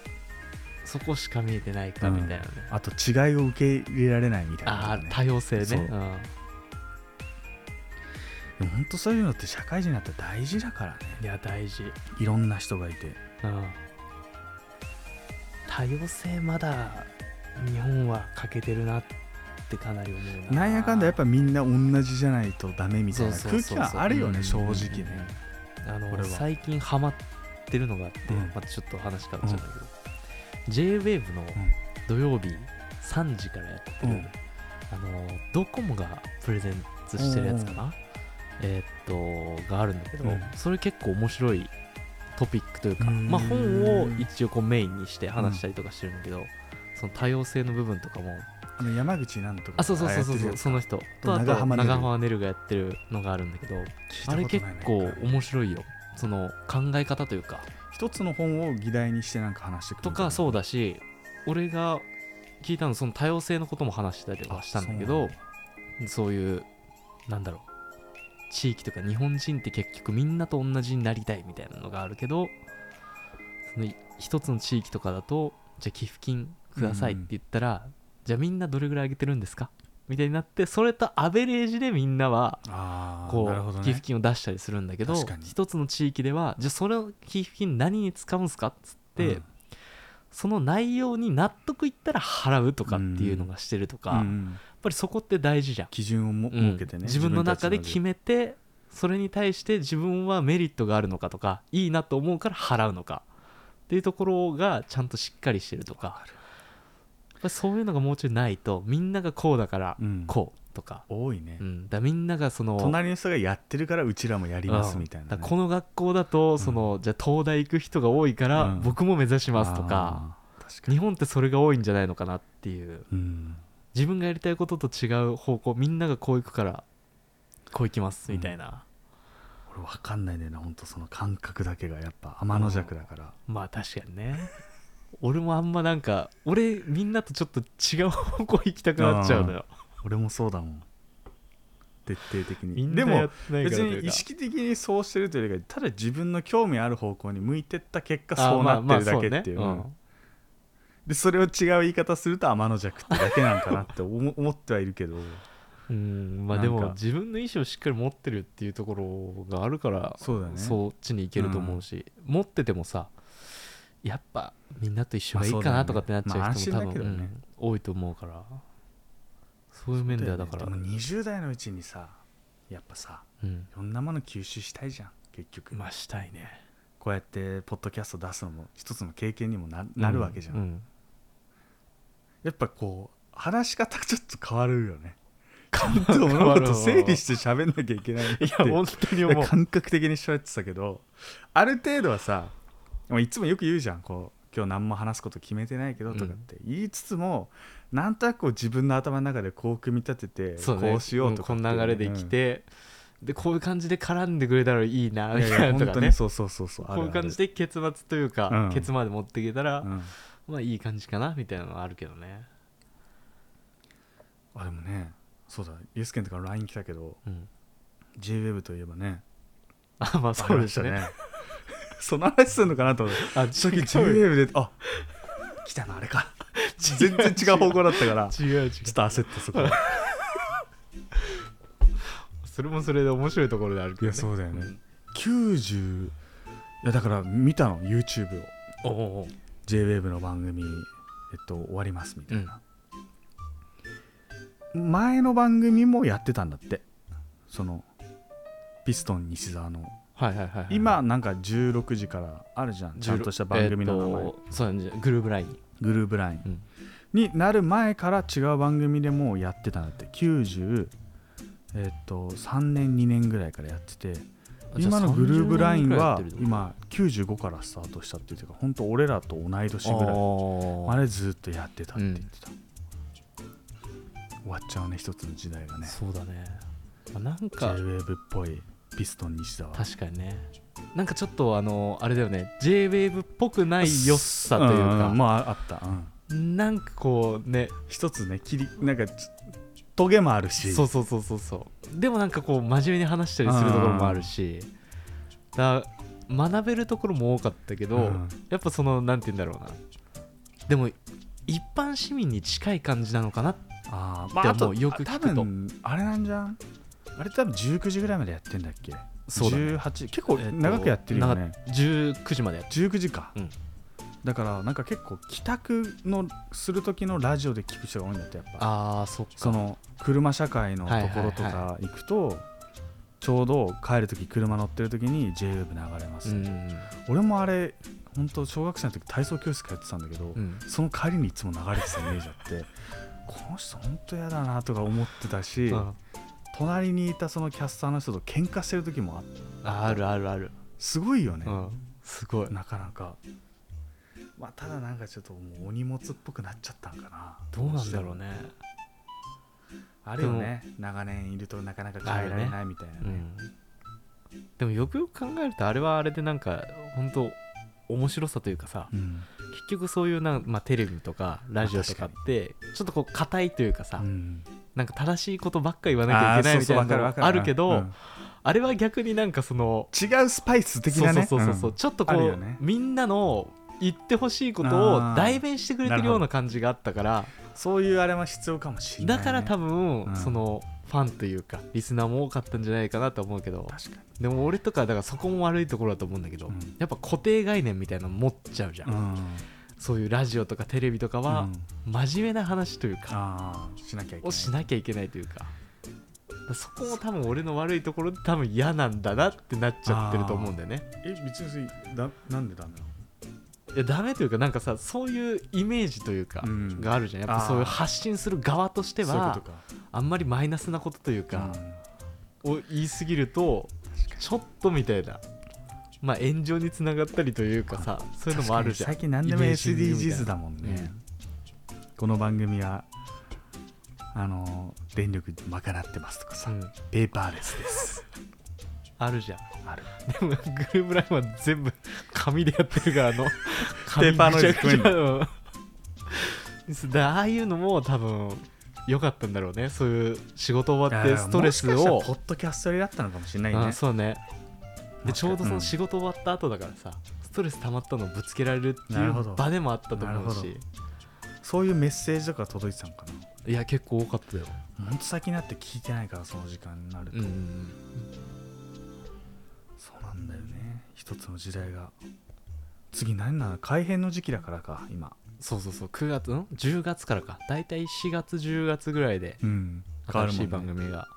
Speaker 3: そ,、こしか見えてないかみたいなね、
Speaker 2: あと違いを受け入れられないみたい
Speaker 3: あ
Speaker 2: なの
Speaker 3: あ
Speaker 2: とかね
Speaker 3: 多様性ね
Speaker 2: そう
Speaker 3: うん
Speaker 2: でも本当そういうのって社会人になったら大事だからね
Speaker 3: いや大事、
Speaker 2: いろんな人がいて
Speaker 3: うん、多様性まだ日本は欠けてるなってかなり思うな
Speaker 2: なんやかんだやっぱみんな同じじゃないとダメみた
Speaker 3: そ
Speaker 2: いうな
Speaker 3: そうそう
Speaker 2: 空
Speaker 3: そ
Speaker 2: 気
Speaker 3: う
Speaker 2: 感あるよね正直ね
Speaker 3: うんうんうんあ
Speaker 2: 俺
Speaker 3: の
Speaker 2: は
Speaker 3: 最近ハマってるのがあって、
Speaker 2: うん
Speaker 3: まあ、ちょっと話変わっちゃうんだけど、JWAVE の土曜日3時からやってる、
Speaker 2: うん
Speaker 3: あのドコモがプレゼンツしてるやつかなえーっとがあるんだけど、
Speaker 2: うん
Speaker 3: それ結構面白いトピックというか、
Speaker 2: うん
Speaker 3: まあ、本を一応こうメインにして話したりとかしてるんだけど、その多様性の部分とかも
Speaker 2: あの山口なんとか
Speaker 3: あそうそうそうそうそうその人とあと
Speaker 2: 長
Speaker 3: 長
Speaker 2: 濱ねる
Speaker 3: 濱ねるがやってるのがあるんだけどあ
Speaker 2: あ
Speaker 3: れ
Speaker 2: れ
Speaker 3: 結
Speaker 2: 結
Speaker 3: 構
Speaker 2: 構
Speaker 3: 面白いよその考え方というか
Speaker 2: 一つの本を議題にしてなんか話してくる
Speaker 3: とかそうだし俺が聞いたのその多様性のことも話してたりとかしたんだけどそういうなんだろう地域とか日本人って結局みんなと同じになりたいみたいなのがあるけどその一つの地域とかだとじゃあ寄付金くださいって言ったら、じゃあみんなどれぐらいあげてるんですかみたいになってそれとアベレージでみんなは
Speaker 2: ああ
Speaker 3: こ
Speaker 2: なるほど
Speaker 3: う
Speaker 2: ね
Speaker 3: 寄付金を出したりするんだけど
Speaker 2: 確かに
Speaker 3: 一つの地域ではじゃあその寄付金何に使うんすかっつって、
Speaker 2: うん
Speaker 3: その内容に納得いったら払うとかっていうのがしてるとか、
Speaker 2: うんう
Speaker 3: や
Speaker 2: ん
Speaker 3: っぱりそこって大事じゃん、
Speaker 2: 基準をも
Speaker 3: うん
Speaker 2: 設けてね
Speaker 3: 自分の中で
Speaker 2: 自
Speaker 3: 決めてそれに対して自分はメリットがあるのかとかいいなと思うから払うのかっていうところがちゃんとしっかりしてるとか
Speaker 2: かる
Speaker 3: やっぱりそういうのがもうちょいないとみんながこうだから
Speaker 2: うん
Speaker 3: こうとか,、
Speaker 2: 多いね
Speaker 3: うん、だからみんながその
Speaker 2: 隣の人がやってるからうちらもやりますみたい
Speaker 3: だ
Speaker 2: な
Speaker 3: か
Speaker 2: ね
Speaker 3: らこの学校だとその、じゃあ東大行く人が多いから、
Speaker 2: うん
Speaker 3: 僕も目指しますとか
Speaker 2: あー確かに
Speaker 3: 日本ってそれが多いんじゃないのかなっていう
Speaker 2: うん
Speaker 3: 自分がやりたいことと違う方向みんながこう行くからこう行きますみたいな、
Speaker 2: 俺分かんないんだよな本当その感覚だけがやっぱ天の弱だから
Speaker 3: まあ確かにね 俺もあんまなんか俺みんなとちょっと違う方向行きたくなっちゃうのよ
Speaker 2: 俺もそうだもん徹底的
Speaker 3: み
Speaker 2: に
Speaker 3: ん
Speaker 2: で
Speaker 3: なや
Speaker 2: も
Speaker 3: ってない
Speaker 2: 別
Speaker 3: からというか
Speaker 2: に意識的にそうしてるというよりかただ自分の興味ある方向に向いてった結果
Speaker 3: あ
Speaker 2: そうなってるだけっていう
Speaker 3: まあまあ
Speaker 2: うん
Speaker 3: そ
Speaker 2: でそれを違う言い方すると天の弱ってだけなんかなって思思ってはいるけど
Speaker 3: うねうん、まあ
Speaker 2: なん
Speaker 3: で
Speaker 2: か
Speaker 3: も自分の意思をしっかり持ってるっていうところがあるから
Speaker 2: そうだね
Speaker 3: そっちに行けると思うし、持っててもさやっぱみんなと一緒がいい
Speaker 2: まあ
Speaker 3: かなと
Speaker 2: そうだよ
Speaker 3: か
Speaker 2: ね
Speaker 3: ってなっちゃ
Speaker 2: まあ安心だ
Speaker 3: う人も多分、
Speaker 2: けどね
Speaker 3: うん多いと思うからそういう面ではだから
Speaker 2: でも20代のうちにさやっぱさ
Speaker 3: うん
Speaker 2: いろんなもの吸収したいじゃん結局、
Speaker 3: まあしたいね
Speaker 2: こうやってポッドキャスト出すのも一つの経験にもななるわけじゃん、
Speaker 3: うん
Speaker 2: やっぱこう話し方ちょっと変わるよね
Speaker 3: 変わ
Speaker 2: ちょっと物
Speaker 3: る
Speaker 2: 事整理 して喋んなきゃいけないなって
Speaker 3: いや本当に思う
Speaker 2: 感覚的に喋ってたけどある程度はさまあいつもよく言うじゃんこう今日何も話すこと決めてないけどとかって言いつつも、なんとなくこう自分の頭の中でこう組み立てて
Speaker 3: そうね
Speaker 2: こうしようとかっ
Speaker 3: ん
Speaker 2: て
Speaker 3: こんな流れで来、て、でこういう感じで絡んでくれたらいいな
Speaker 2: うん
Speaker 3: み
Speaker 2: い
Speaker 3: たい
Speaker 2: やいや
Speaker 3: なのと
Speaker 2: 本
Speaker 3: か
Speaker 2: 当
Speaker 3: ね
Speaker 2: にそうそうそうそうある
Speaker 3: こういう感じで結末というか、
Speaker 2: うん
Speaker 3: 結末まで持っていけたら、
Speaker 2: あるうん
Speaker 3: まあいい感じかなみたいなのはあるけどね、
Speaker 2: あでもねそうだユースケンとか LINE 来たけど
Speaker 3: うん
Speaker 2: JWEB といえばね
Speaker 3: あまあそうでしたね
Speaker 2: ありましたね その話するのかなと思って
Speaker 3: あ
Speaker 2: 初期
Speaker 3: 違う
Speaker 2: JWEB であ来たのあれか全然違う方向だった からちょ
Speaker 3: 違う違う
Speaker 2: っと焦ってそこ
Speaker 3: それもそれで面白いところであるけど、
Speaker 2: いやそうだよね90いやだから見たの YouTube を
Speaker 3: おお
Speaker 2: JWAVE の番組、えっと、終わりますみたいな、前の番組もやってたんだってそのピストン西澤の
Speaker 3: はいはいはい、はい、
Speaker 2: 今なんか16時からあるじゃんちゃんとした番組の名前、
Speaker 3: えっとそうなんじゃグルーブライン
Speaker 2: グルーブライン、
Speaker 3: うん
Speaker 2: になる前から違う番組でもうやってたんだって90えっと3年2年ぐらいからやってて今のグルーブラインは今95からスタートしたっていうか本当俺らと同い年ぐらいあ
Speaker 3: あ
Speaker 2: れずっとやってたって言ってた、終わっちゃうね一つの時代が
Speaker 3: れ
Speaker 2: ね
Speaker 3: そうだねまあなんか
Speaker 2: JWAVE っぽいピストン西澤
Speaker 3: 確かにねなんかちょっとあのあれだよね JWAVE っぽくない良さというんか、
Speaker 2: んまああった、うん、
Speaker 3: なんかこうね
Speaker 2: 一つね切りなんかちトゲもあるし
Speaker 3: そうそうそうそうそうでもなんかこう真面目に話したりするところもあるしだ学べるところも多かったけど、
Speaker 2: うん
Speaker 3: やっぱそのなんて言うんだろうなでも一般市民に近い感じなのかな
Speaker 2: あー
Speaker 3: で
Speaker 2: まあ、あ
Speaker 3: も
Speaker 2: と
Speaker 3: よく聞くと
Speaker 2: 多分あれなんじゃんあれ多分19時ぐらいまでやってんだっけ
Speaker 3: そうだね
Speaker 2: 18結構
Speaker 3: えっと
Speaker 2: 長くやってるよね、
Speaker 3: 長19時までやって
Speaker 2: 19時か、
Speaker 3: うん
Speaker 2: だからなんか結構帰宅のする時のラジオで聞く人が多いんだってやっぱ
Speaker 3: ああそっか
Speaker 2: その車社会のところと
Speaker 3: はいはい
Speaker 2: か行くと、ちょうど帰る時車乗ってる時に JWEB 流れま
Speaker 3: う
Speaker 2: す、
Speaker 3: ん、
Speaker 2: 俺もあれ本当小学生の時体操教室通ってたんだけど、
Speaker 3: うん、
Speaker 2: その帰りにいつも流れてたイメージあってこの人本当嫌だなとか思ってたし、
Speaker 3: あ
Speaker 2: 隣にいたそのキャスターの人と喧嘩してる時もあ
Speaker 3: あるあるある、
Speaker 2: すごいよね
Speaker 3: う、ん、すごい
Speaker 2: なかなか、まあ、ただなんかちょっともうお荷物っぽくなっちゃったんかな
Speaker 3: どうなんだろうね、
Speaker 2: あるよね長年いるとなかなか変えられないみたいなね
Speaker 3: うん、でもよくよく考えるとあれはあれでなんか本当面白さというかさ
Speaker 2: うん
Speaker 3: 結局そういうな、まあ、テレビとかラジオとかってちょっとこう硬いというかさ、
Speaker 2: うん
Speaker 3: なんか正しいことばっか言わなきゃいけないみたいな
Speaker 2: あーそうそうわかる
Speaker 3: の
Speaker 2: わか
Speaker 3: あるけど、
Speaker 2: うん
Speaker 3: あれは逆になんかその
Speaker 2: 違うスパイス的なね
Speaker 3: そうそうそうそう、
Speaker 2: ん
Speaker 3: ちょっとこ
Speaker 2: ある
Speaker 3: う、
Speaker 2: よね
Speaker 3: みんなの言ってほしいことを
Speaker 2: あー
Speaker 3: 代弁してくれてるような感じがあったから
Speaker 2: そういうあれは必要かもしれない
Speaker 3: だ
Speaker 2: ね、
Speaker 3: から多分、
Speaker 2: うん
Speaker 3: そのファンというかリスナーも多かったんじゃないかなと思うけど
Speaker 2: 確か
Speaker 3: でも俺とかだからそこも悪いところだと思うんだけど、
Speaker 2: うん
Speaker 3: やっぱ固定概念みたいなの持っちゃうじゃん、
Speaker 2: に、うん
Speaker 3: そういうラジオとかテレビとか
Speaker 2: う
Speaker 3: は
Speaker 2: ん
Speaker 3: 真面目な話というか、
Speaker 2: あーしなきゃいけな
Speaker 3: を
Speaker 2: い
Speaker 3: しなきゃいけないというかそこも多分俺の悪いところで多分嫌なんだなってなっちゃってると思うんだよね
Speaker 2: え別にだなんでダメなの
Speaker 3: いやダメというかなんかさそういうイメージというか、
Speaker 2: うん
Speaker 3: があるじゃんやっぱそうい
Speaker 2: あー
Speaker 3: う発信する側として
Speaker 2: そういうこ
Speaker 3: は
Speaker 2: とか
Speaker 3: あんまりマイナスなことというか、を言い過ぎるとちょっとみたいなまあ炎上につながったりというかさそういうのもあるじゃん
Speaker 2: 確かに最近何でも
Speaker 3: イメージにみたいな
Speaker 2: SDGs だもんね、この番組はあのー電力賄ってますとかさ、
Speaker 3: うん
Speaker 2: ペーパーレスです
Speaker 3: あるじゃん
Speaker 2: ある
Speaker 3: でも グルーブラインは全部紙でやってるからあの
Speaker 2: ペーパーの上に
Speaker 3: 紙ぐちゃぐちゃうんだああいうの も多分良かったんだろうねそういう仕事終わってストレス
Speaker 2: いやもしか
Speaker 3: を
Speaker 2: したらポッドキャストよりだったのかもしれない
Speaker 3: あ
Speaker 2: ね
Speaker 3: そうねで
Speaker 2: もし
Speaker 3: ち
Speaker 2: か
Speaker 3: ょうどそ
Speaker 2: うん
Speaker 3: の仕事終わった後だからさ、ストレス溜まったのをぶつけられるって
Speaker 2: ないるほど
Speaker 3: う場でもあったと思う
Speaker 2: なる
Speaker 3: し
Speaker 2: そういうメッセージとか届いてたのか
Speaker 3: いや結構多かったよ、
Speaker 2: なほんと先になって聞いてないからその時間になると、
Speaker 3: うん、
Speaker 2: そうなんだよね一つの時代が次何なの改変の時期だからか今
Speaker 3: そうそうそう9月ん10月からか大体4月10月ぐらいで
Speaker 2: うん変わ
Speaker 3: 新
Speaker 2: るもん
Speaker 3: し
Speaker 2: ね
Speaker 3: い番組が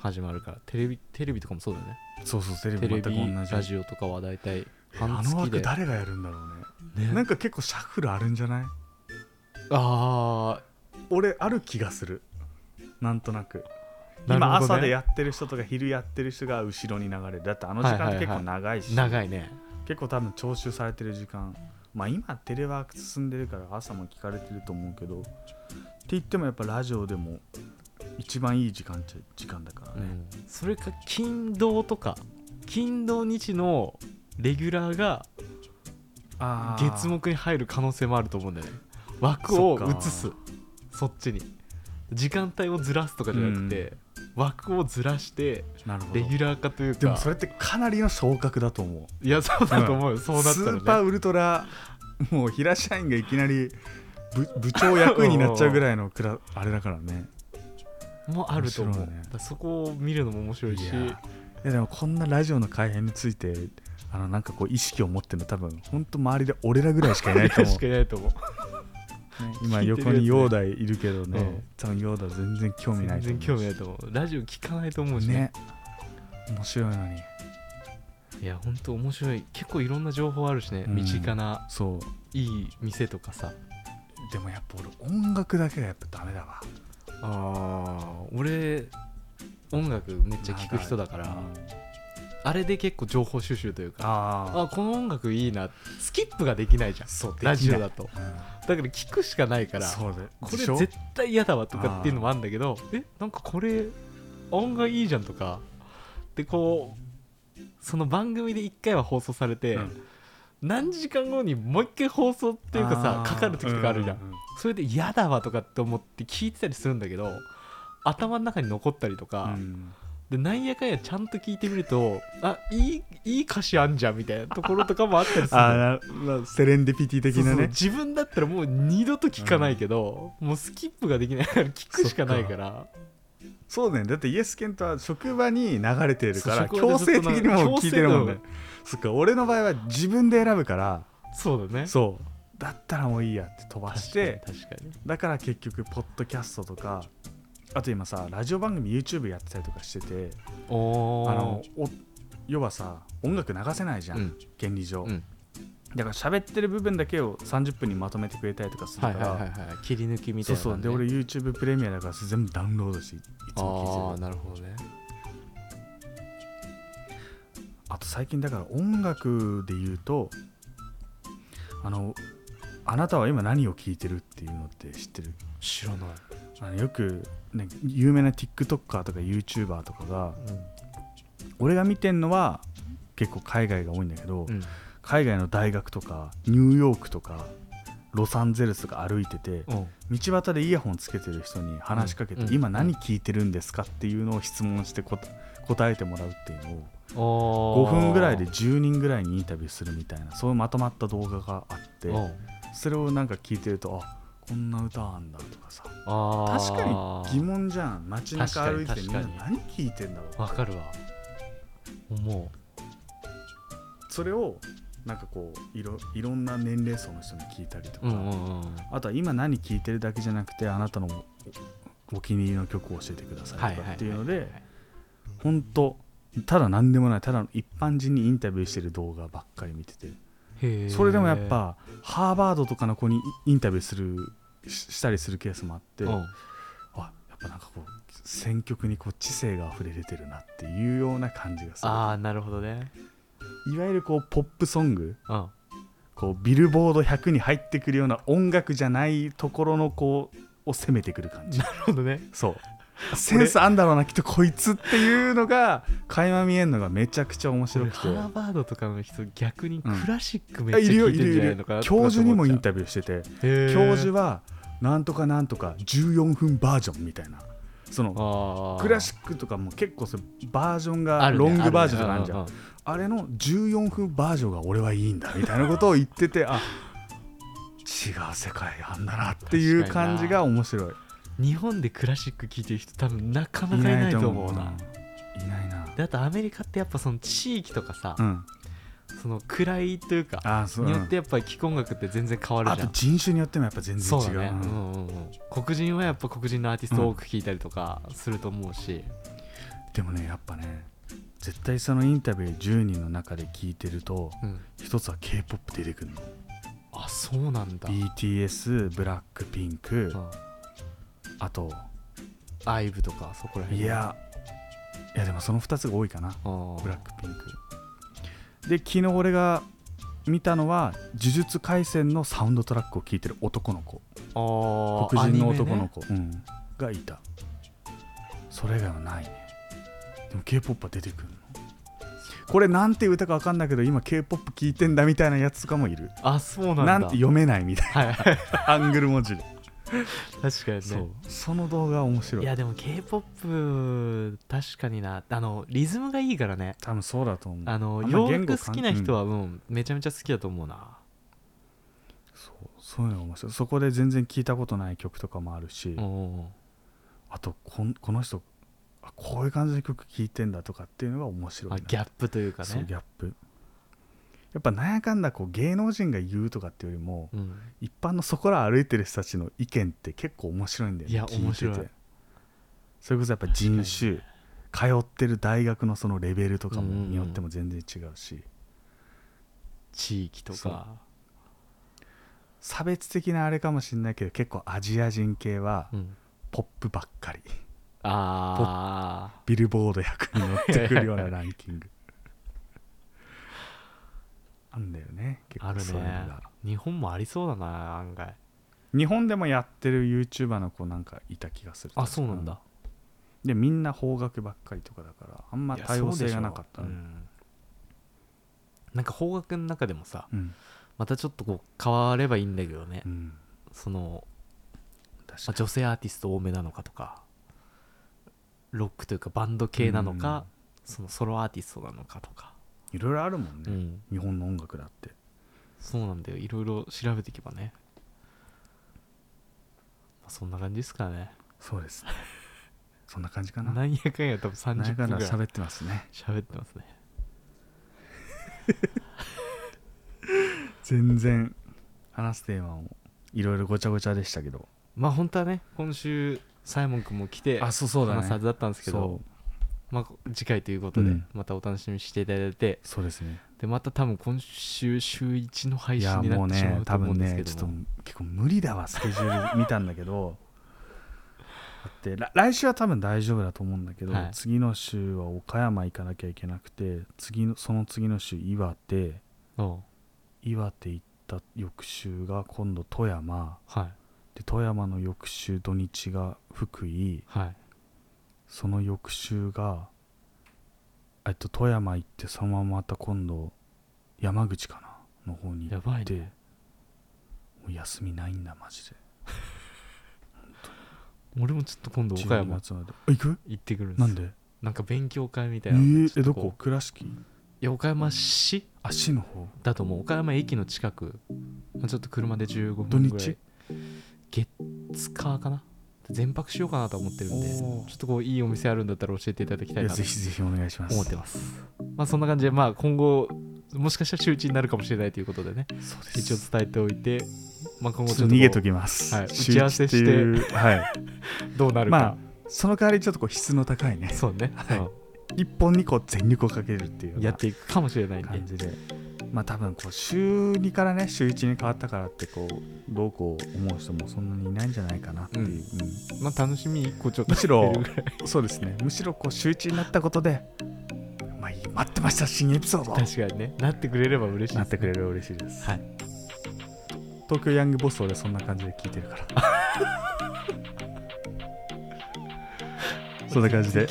Speaker 3: 始まるからテレビテレビとかもそうだよね
Speaker 2: そうそうテレ
Speaker 3: テ
Speaker 2: ビ全
Speaker 3: レ
Speaker 2: く同
Speaker 3: ビ
Speaker 2: じ
Speaker 3: ラジオとかは大体半
Speaker 2: あ
Speaker 3: 月
Speaker 2: の枠
Speaker 3: で
Speaker 2: 誰がやるんだろうね
Speaker 3: ね
Speaker 2: なんか結構シャッフルあるんじゃない
Speaker 3: あ
Speaker 2: 俺ある気がするなんとなく
Speaker 3: ーなるほどね
Speaker 2: 今朝でやってる人とか昼やってる人が後ろに流れるだってあの時間って結構長いし、
Speaker 3: 長いね
Speaker 2: 結構多分徴収されてる時間まあ今テレワーク進んでるから朝も聞かれてると思うけどって言ってもやっぱラジオでも一番いい時間っちゃ時間だから
Speaker 3: う
Speaker 2: ね、
Speaker 3: んそれか金土とか金土日のレギュラーが
Speaker 2: あー
Speaker 3: 月目に入る可能性もあると思うんだよね枠を
Speaker 2: そっか
Speaker 3: 移すそっちに時間帯をずらすとかじゃなくて、枠をずらして
Speaker 2: なるほど
Speaker 3: レギュラー化というか
Speaker 2: でもそれってかなりの昇格だと思う
Speaker 3: いやそうだと思うよ、そうなった
Speaker 2: ス
Speaker 3: ら、ね、
Speaker 2: ーパーウルトラもう平社員がいきなり部部長役員になっちゃうぐらいのク ラあれだからね
Speaker 3: もあると思う、
Speaker 2: 面白いね
Speaker 3: だからそこを見るのも面白いし
Speaker 2: いやいやでもこんなラジオの改変についてあのなんかこう意識を持ってるの多分本当周りで俺らぐらいしかいないと思
Speaker 3: しかいないと思う
Speaker 2: う、ね今
Speaker 3: 聞いてるやつね
Speaker 2: 横にヨーダいるけどね、
Speaker 3: うん
Speaker 2: 多分ヨーダ全然興味ない
Speaker 3: 全
Speaker 2: と思
Speaker 3: 然
Speaker 2: う
Speaker 3: 興味ないと思うラジオ聞かないと思うしね
Speaker 2: ね面白いのに
Speaker 3: いやほんと面白い結構いろんな情報あるしね、
Speaker 2: うん
Speaker 3: 身近な
Speaker 2: そう
Speaker 3: いい店とかさ
Speaker 2: でもやっぱ俺音楽だけがやっぱダメだわ
Speaker 3: あ俺音楽めっちゃ聴く人だから
Speaker 2: うん
Speaker 3: あれで結構情報収集というか
Speaker 2: あ
Speaker 3: あこの音楽いいなスキップができないじゃん
Speaker 2: そう
Speaker 3: ラジオ
Speaker 2: だ
Speaker 3: だとだから聞くしかないから
Speaker 2: そうで
Speaker 3: こ
Speaker 2: で
Speaker 3: れ
Speaker 2: しょ
Speaker 3: 絶対嫌だわとかっていうのもあるんだけどえなんかこれ音がいいじゃんとかでこうその番組で1回は放送されて、
Speaker 2: うん
Speaker 3: 何時間後にもう1回放送っていうかさ
Speaker 2: あー
Speaker 3: かかる時とかあるじゃん、
Speaker 2: ううう
Speaker 3: それで嫌だわとかって思って聞いてたりするんだけど頭の中に残ったりとか、
Speaker 2: うん
Speaker 3: でなんやかんやちゃんと聞いてみるとあいいいい歌詞あんじゃんみたいなところとかもあったりするの
Speaker 2: あーななセレンディピティ的
Speaker 3: そう
Speaker 2: な
Speaker 3: そう
Speaker 2: ね
Speaker 3: 自分だったらもう二度と聞かないけど、もうスキップができないから聞くしかないから
Speaker 2: そうだよねだってイエスケントは職場に流れてるから
Speaker 3: そう職場
Speaker 2: 強
Speaker 3: でず
Speaker 2: 制
Speaker 3: っと
Speaker 2: 的
Speaker 3: 流れ
Speaker 2: にもう聞いてるもん
Speaker 3: 強制だ
Speaker 2: ね
Speaker 3: よ
Speaker 2: そっか俺の場合は自分で選ぶから
Speaker 3: そうだね
Speaker 2: そうだったらもういいやって飛ばして
Speaker 3: 確かに確か
Speaker 2: だから結局ポッドキャストとかあと今さラジオ番組 YouTube やってたりとかしてて
Speaker 3: におー
Speaker 2: あのお要はさ音楽流せないじゃん、
Speaker 3: うん
Speaker 2: 原理上、
Speaker 3: うん
Speaker 2: だから喋ってる部分だけを30分にまとめてくれたりとかするか
Speaker 3: はい
Speaker 2: ら、
Speaker 3: はいはいはい切り抜きみた
Speaker 2: そ
Speaker 3: いうな、ね、
Speaker 2: そうで俺 YouTube プレミアだから全部ダウンロードしていつも聞いて
Speaker 3: あ
Speaker 2: る
Speaker 3: あなるほどね
Speaker 2: あと最近だから音楽で言うとあのあなたは今何を聴いてるっていうのって知ってる
Speaker 3: 知らない、
Speaker 2: あのよく、ね、有名な TikToker とか YouTuber とかが
Speaker 3: う
Speaker 2: 俺が見てんのは結構海外が多いんだけど、
Speaker 3: ん
Speaker 2: 海外の大学とかニューヨークとかロサンゼルスとか歩いてて
Speaker 3: うん、
Speaker 2: 道端でイヤホンつけてる人に話しかけて、
Speaker 3: うん
Speaker 2: 今何聞いてるんですかっていうのを質問してこ答えてもらうっていうのを5
Speaker 3: 5
Speaker 2: 分ぐらいで10人ぐらいにインタビューするみたいなそういうまとまった動画があってそれをなんか聞いてるとあこんな歌あんだとかさ
Speaker 3: あ
Speaker 2: 確かに疑
Speaker 3: 問
Speaker 2: 問じゃん街中歩いてて
Speaker 3: 確
Speaker 2: みん
Speaker 3: か
Speaker 2: な
Speaker 3: に
Speaker 2: 何聞いてんだろう
Speaker 3: わかるわ思
Speaker 2: それをなんかこういろいろんな年齢層の人に聞いたりとか、
Speaker 3: ううんうんうん
Speaker 2: あとは今何聴いてるだけじゃなくてあなたのおお気に入りの曲を教えてくださいとかっていうので本当ただ何でもないただの一般人にインタビューしてる動画ばっかり見てて
Speaker 3: へー
Speaker 2: それでもやっぱハーバードとかの子にイインタビューするししたりするケースもあって
Speaker 3: う
Speaker 2: あ
Speaker 3: ん
Speaker 2: やっぱなんかこう選曲にこう知性が溢れ出てるなっていうような感じがす
Speaker 3: ああなるほどね
Speaker 2: るいわゆるこうポップソング
Speaker 3: うん
Speaker 2: こうビルボード100に入ってくるような音楽じゃないところのこうを攻めてくる感じ
Speaker 3: なるほどね
Speaker 2: そうセンスあんだろうなきっとこいつっていうのが垣間見えるのがめちゃくちゃ面白
Speaker 3: 俺
Speaker 2: くて
Speaker 3: ハーバードとかの人逆にクラシックめ
Speaker 2: あ
Speaker 3: っ
Speaker 2: い
Speaker 3: ちゃ
Speaker 2: るよ
Speaker 3: 聞
Speaker 2: い
Speaker 3: いてるん
Speaker 2: る
Speaker 3: じ
Speaker 2: い
Speaker 3: ゃない
Speaker 2: る
Speaker 3: のかなとか
Speaker 2: 教授にもイン
Speaker 3: ビ
Speaker 2: タビューしてて
Speaker 3: ュ
Speaker 2: 教授はなんとかなんとか14分バージョンみたいなその
Speaker 3: は
Speaker 2: クラシ
Speaker 3: ッ
Speaker 2: ックとかも結構それバージョンがロングバージョンとかあるじゃんあ,、れの14分バージョンが俺はいいんだみたいなことを言っててあ違う世界あんだなっていう感じが面白い
Speaker 3: 日本でクラシック聴いてる人多分なかなかいないと思うな
Speaker 2: うんいないな
Speaker 3: であとアメリカってやっぱその地域とかさ、
Speaker 2: うん
Speaker 3: その位というか
Speaker 2: あそう
Speaker 3: によってやっぱり聴く音楽って全然変わる
Speaker 2: あ
Speaker 3: じ
Speaker 2: と
Speaker 3: ゃん
Speaker 2: 人種によってもやっぱ全然
Speaker 3: そ
Speaker 2: 違
Speaker 3: う
Speaker 2: う
Speaker 3: だね、
Speaker 2: う
Speaker 3: うんんうんうん黒人はやっぱ黒人のアーティストを多く聴いたりとかすると思うし、
Speaker 2: でもねやっぱね絶対そのインタビュー10人の中で聞いてると
Speaker 3: うん、
Speaker 2: 一つは k p o p 出てくるの
Speaker 3: あそうなんだ、
Speaker 2: BTS ブラックピンク
Speaker 3: うん
Speaker 2: あと
Speaker 3: アイブとかそこら辺
Speaker 2: いやいやでもその2つが多いかな
Speaker 3: あー
Speaker 2: ブラックピンクで昨日俺が見たのは「呪術廻戦」のサウンドトラックを聴いてる男の子
Speaker 3: あー
Speaker 2: 黒人の
Speaker 3: アニメね
Speaker 2: 男の子、うんがいたそれ以外はないねでも k p o p は出てくるのこれなんていう歌か分かんないけど今 k p o p 聴いてんだみたいなやつとかもいる
Speaker 3: あそうなんだ
Speaker 2: なんて読めないみたい
Speaker 3: はい 確
Speaker 2: な アングル文字で
Speaker 3: かにね
Speaker 2: そうその動画は面白
Speaker 3: い
Speaker 2: い
Speaker 3: やでも k p o p 確かになあのリズムがいいからね
Speaker 2: 多分そうだと思う
Speaker 3: あの
Speaker 2: んま
Speaker 3: 洋
Speaker 2: 言語
Speaker 3: 楽
Speaker 2: 関
Speaker 3: 好きな人はうんめちゃめちゃ好きだと思うな
Speaker 2: そうそういうのが面白いそこで全然聞いたことない曲とかもあるし、
Speaker 3: おお
Speaker 2: あとこんこの人あこういう感じの曲聴いてんだとかっていうのが面白い
Speaker 3: あ
Speaker 2: な
Speaker 3: ギャップというか
Speaker 2: そう
Speaker 3: ね
Speaker 2: ギャップやっぱなんやかんだこう芸能人が言うとかっていうよりも
Speaker 3: うん
Speaker 2: 一般のそこら歩いてる人たちの意見って結構面白いんだよね
Speaker 3: いや
Speaker 2: 聞てて
Speaker 3: 面白い
Speaker 2: それこそやっぱ人種通ってる大学のそのレベルとかも
Speaker 3: うんうんうん
Speaker 2: によっても全然違うし、
Speaker 3: 地域と
Speaker 2: そう
Speaker 3: か
Speaker 2: 差別的なあれかもしれないけど結構アジア人系は
Speaker 3: うん
Speaker 2: ポップばっかり
Speaker 3: あ
Speaker 2: ビルボード100に乗ってくるようなランキ ングあんだよね結
Speaker 3: ああ
Speaker 2: 構
Speaker 3: る
Speaker 2: そういうの
Speaker 3: ね
Speaker 2: が
Speaker 3: 日本もありそうだな案外
Speaker 2: 日本でもやってる YouTuber の子なんかいた気がする
Speaker 3: あそうなんだ
Speaker 2: でみんな邦楽ばっかりとかだからあんま
Speaker 3: いや
Speaker 2: 多様
Speaker 3: そう
Speaker 2: 性
Speaker 3: でしょ
Speaker 2: がなかった
Speaker 3: う
Speaker 2: ね
Speaker 3: んなんか邦楽の中でもさ
Speaker 2: うん
Speaker 3: またちょっとこう変わればいいんだけどね
Speaker 2: うん
Speaker 3: その
Speaker 2: 確
Speaker 3: ま
Speaker 2: か
Speaker 3: あ女性アーティスト多めなのかとかロックというかバンド系なのか、そのソロアーティストなのかとか、
Speaker 2: にいろいろあるもんね、
Speaker 3: うん
Speaker 2: 日本の音楽だって
Speaker 3: そうなんだよいろいろ調べていけばね、まあ、そんな感じですかね
Speaker 2: そうですねそんな感じかな
Speaker 3: なんやかんや多分
Speaker 2: なんや
Speaker 3: 30
Speaker 2: か
Speaker 3: 分
Speaker 2: んだ
Speaker 3: ぐらい
Speaker 2: 喋ってますね
Speaker 3: 喋ってますね
Speaker 2: 全然話すテーマもいろいろごちゃごちゃでしたけど
Speaker 3: まあ本当はね今週サイモン君も来て
Speaker 2: あ
Speaker 3: 話
Speaker 2: そうそうだ
Speaker 3: すは
Speaker 2: ね
Speaker 3: ずだったんですけど、
Speaker 2: そう
Speaker 3: まあ、次回ということで、
Speaker 2: うん
Speaker 3: またお楽しみにしていただいて
Speaker 2: そうですね
Speaker 3: でまた多分今週週1の配
Speaker 2: いや
Speaker 3: 信にな
Speaker 2: もう
Speaker 3: ってしま
Speaker 2: ね
Speaker 3: うと
Speaker 2: 多
Speaker 3: 思う
Speaker 2: 分
Speaker 3: んですけ
Speaker 2: ねちょっ
Speaker 3: ど
Speaker 2: と
Speaker 3: も、
Speaker 2: 結構無理だわスケジュール見たんだけどだってら来週は多分大丈夫だと思うんだけど、
Speaker 3: はい
Speaker 2: 次の週は岡山行かなきゃいけなくて次のその次の週岩手
Speaker 3: うん
Speaker 2: 岩手行った翌週が今度富山
Speaker 3: はい
Speaker 2: で富山の翌週土日が福井
Speaker 3: はい
Speaker 2: その翌週がえっと富山行ってそのまままた今度山口かなの方に行
Speaker 3: や
Speaker 2: っ
Speaker 3: ばい
Speaker 2: て、
Speaker 3: ね
Speaker 2: もう休みないんだマジで
Speaker 3: 俺もちょっと今度岡
Speaker 2: 12
Speaker 3: 山
Speaker 2: 月まであ行く
Speaker 3: 行ってくるんですよ
Speaker 2: なんで
Speaker 3: なんか勉強会み
Speaker 2: え
Speaker 3: たいなの
Speaker 2: ー
Speaker 3: をちょ
Speaker 2: え
Speaker 3: っと
Speaker 2: ど
Speaker 3: う
Speaker 2: こ倉敷
Speaker 3: いや岡山市
Speaker 2: あ市の方
Speaker 3: だと思う岡山駅の近くまあちょっと車で15
Speaker 2: 土
Speaker 3: 分
Speaker 2: 日
Speaker 3: ぐらい月火かな全泊しようかなと思ってるんでち
Speaker 2: お
Speaker 3: ょ
Speaker 2: ー
Speaker 3: っとこういいお店あるんだったら教えていただきた
Speaker 2: い
Speaker 3: い
Speaker 2: や
Speaker 3: なと
Speaker 2: ぜひぜひお願いします
Speaker 3: 思ってますまあそんな感じでまあ今後もしかしたら周知になるかもしれないということでね
Speaker 2: そうです
Speaker 3: 一応伝えておいてまあ今後
Speaker 2: ち
Speaker 3: ち
Speaker 2: ょっと
Speaker 3: ょっと
Speaker 2: 逃げと
Speaker 3: こ
Speaker 2: きます、
Speaker 3: はい
Speaker 2: 週
Speaker 3: 打ち合わせして
Speaker 2: 一っていうはい
Speaker 3: うどうなるか、
Speaker 2: まあその代わりちょっとこう質の高いね
Speaker 3: そうね、
Speaker 2: はい一本にこう全力をかけるっていうよ
Speaker 3: う
Speaker 2: うんな
Speaker 3: やっていくかもしれないんで
Speaker 2: 感じでまあ多分こう週2からね週1に変わったからってこうどうこう思う人もそんなにいないんじゃないかなっていう、うん
Speaker 3: まあ楽しみ1個ちょっと
Speaker 2: むしろ
Speaker 3: 減るぐらい
Speaker 2: そうですねむしろこう週1になったことで、まあ、待ってました新エピソード
Speaker 3: 確かにねなってくれれば嬉しい
Speaker 2: な
Speaker 3: で
Speaker 2: って
Speaker 3: す
Speaker 2: くれる嬉しいです、
Speaker 3: はい
Speaker 2: 東京ヤングボス俺そんな感じで聞いてる からそんな感じ で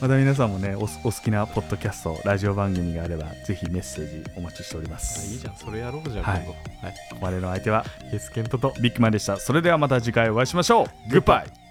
Speaker 2: また皆さんもねおすお好きなポッドキャストラジオ番組があればぜひメッセージお待ちしておりま
Speaker 3: あ
Speaker 2: す
Speaker 3: いいじゃんそれやろうじゃん、
Speaker 2: はい
Speaker 3: 今度はい
Speaker 2: ここまでのお相手は
Speaker 3: イエスケントと
Speaker 2: ビッグマンでしたそれではまた次回お会いしましょうグッバイ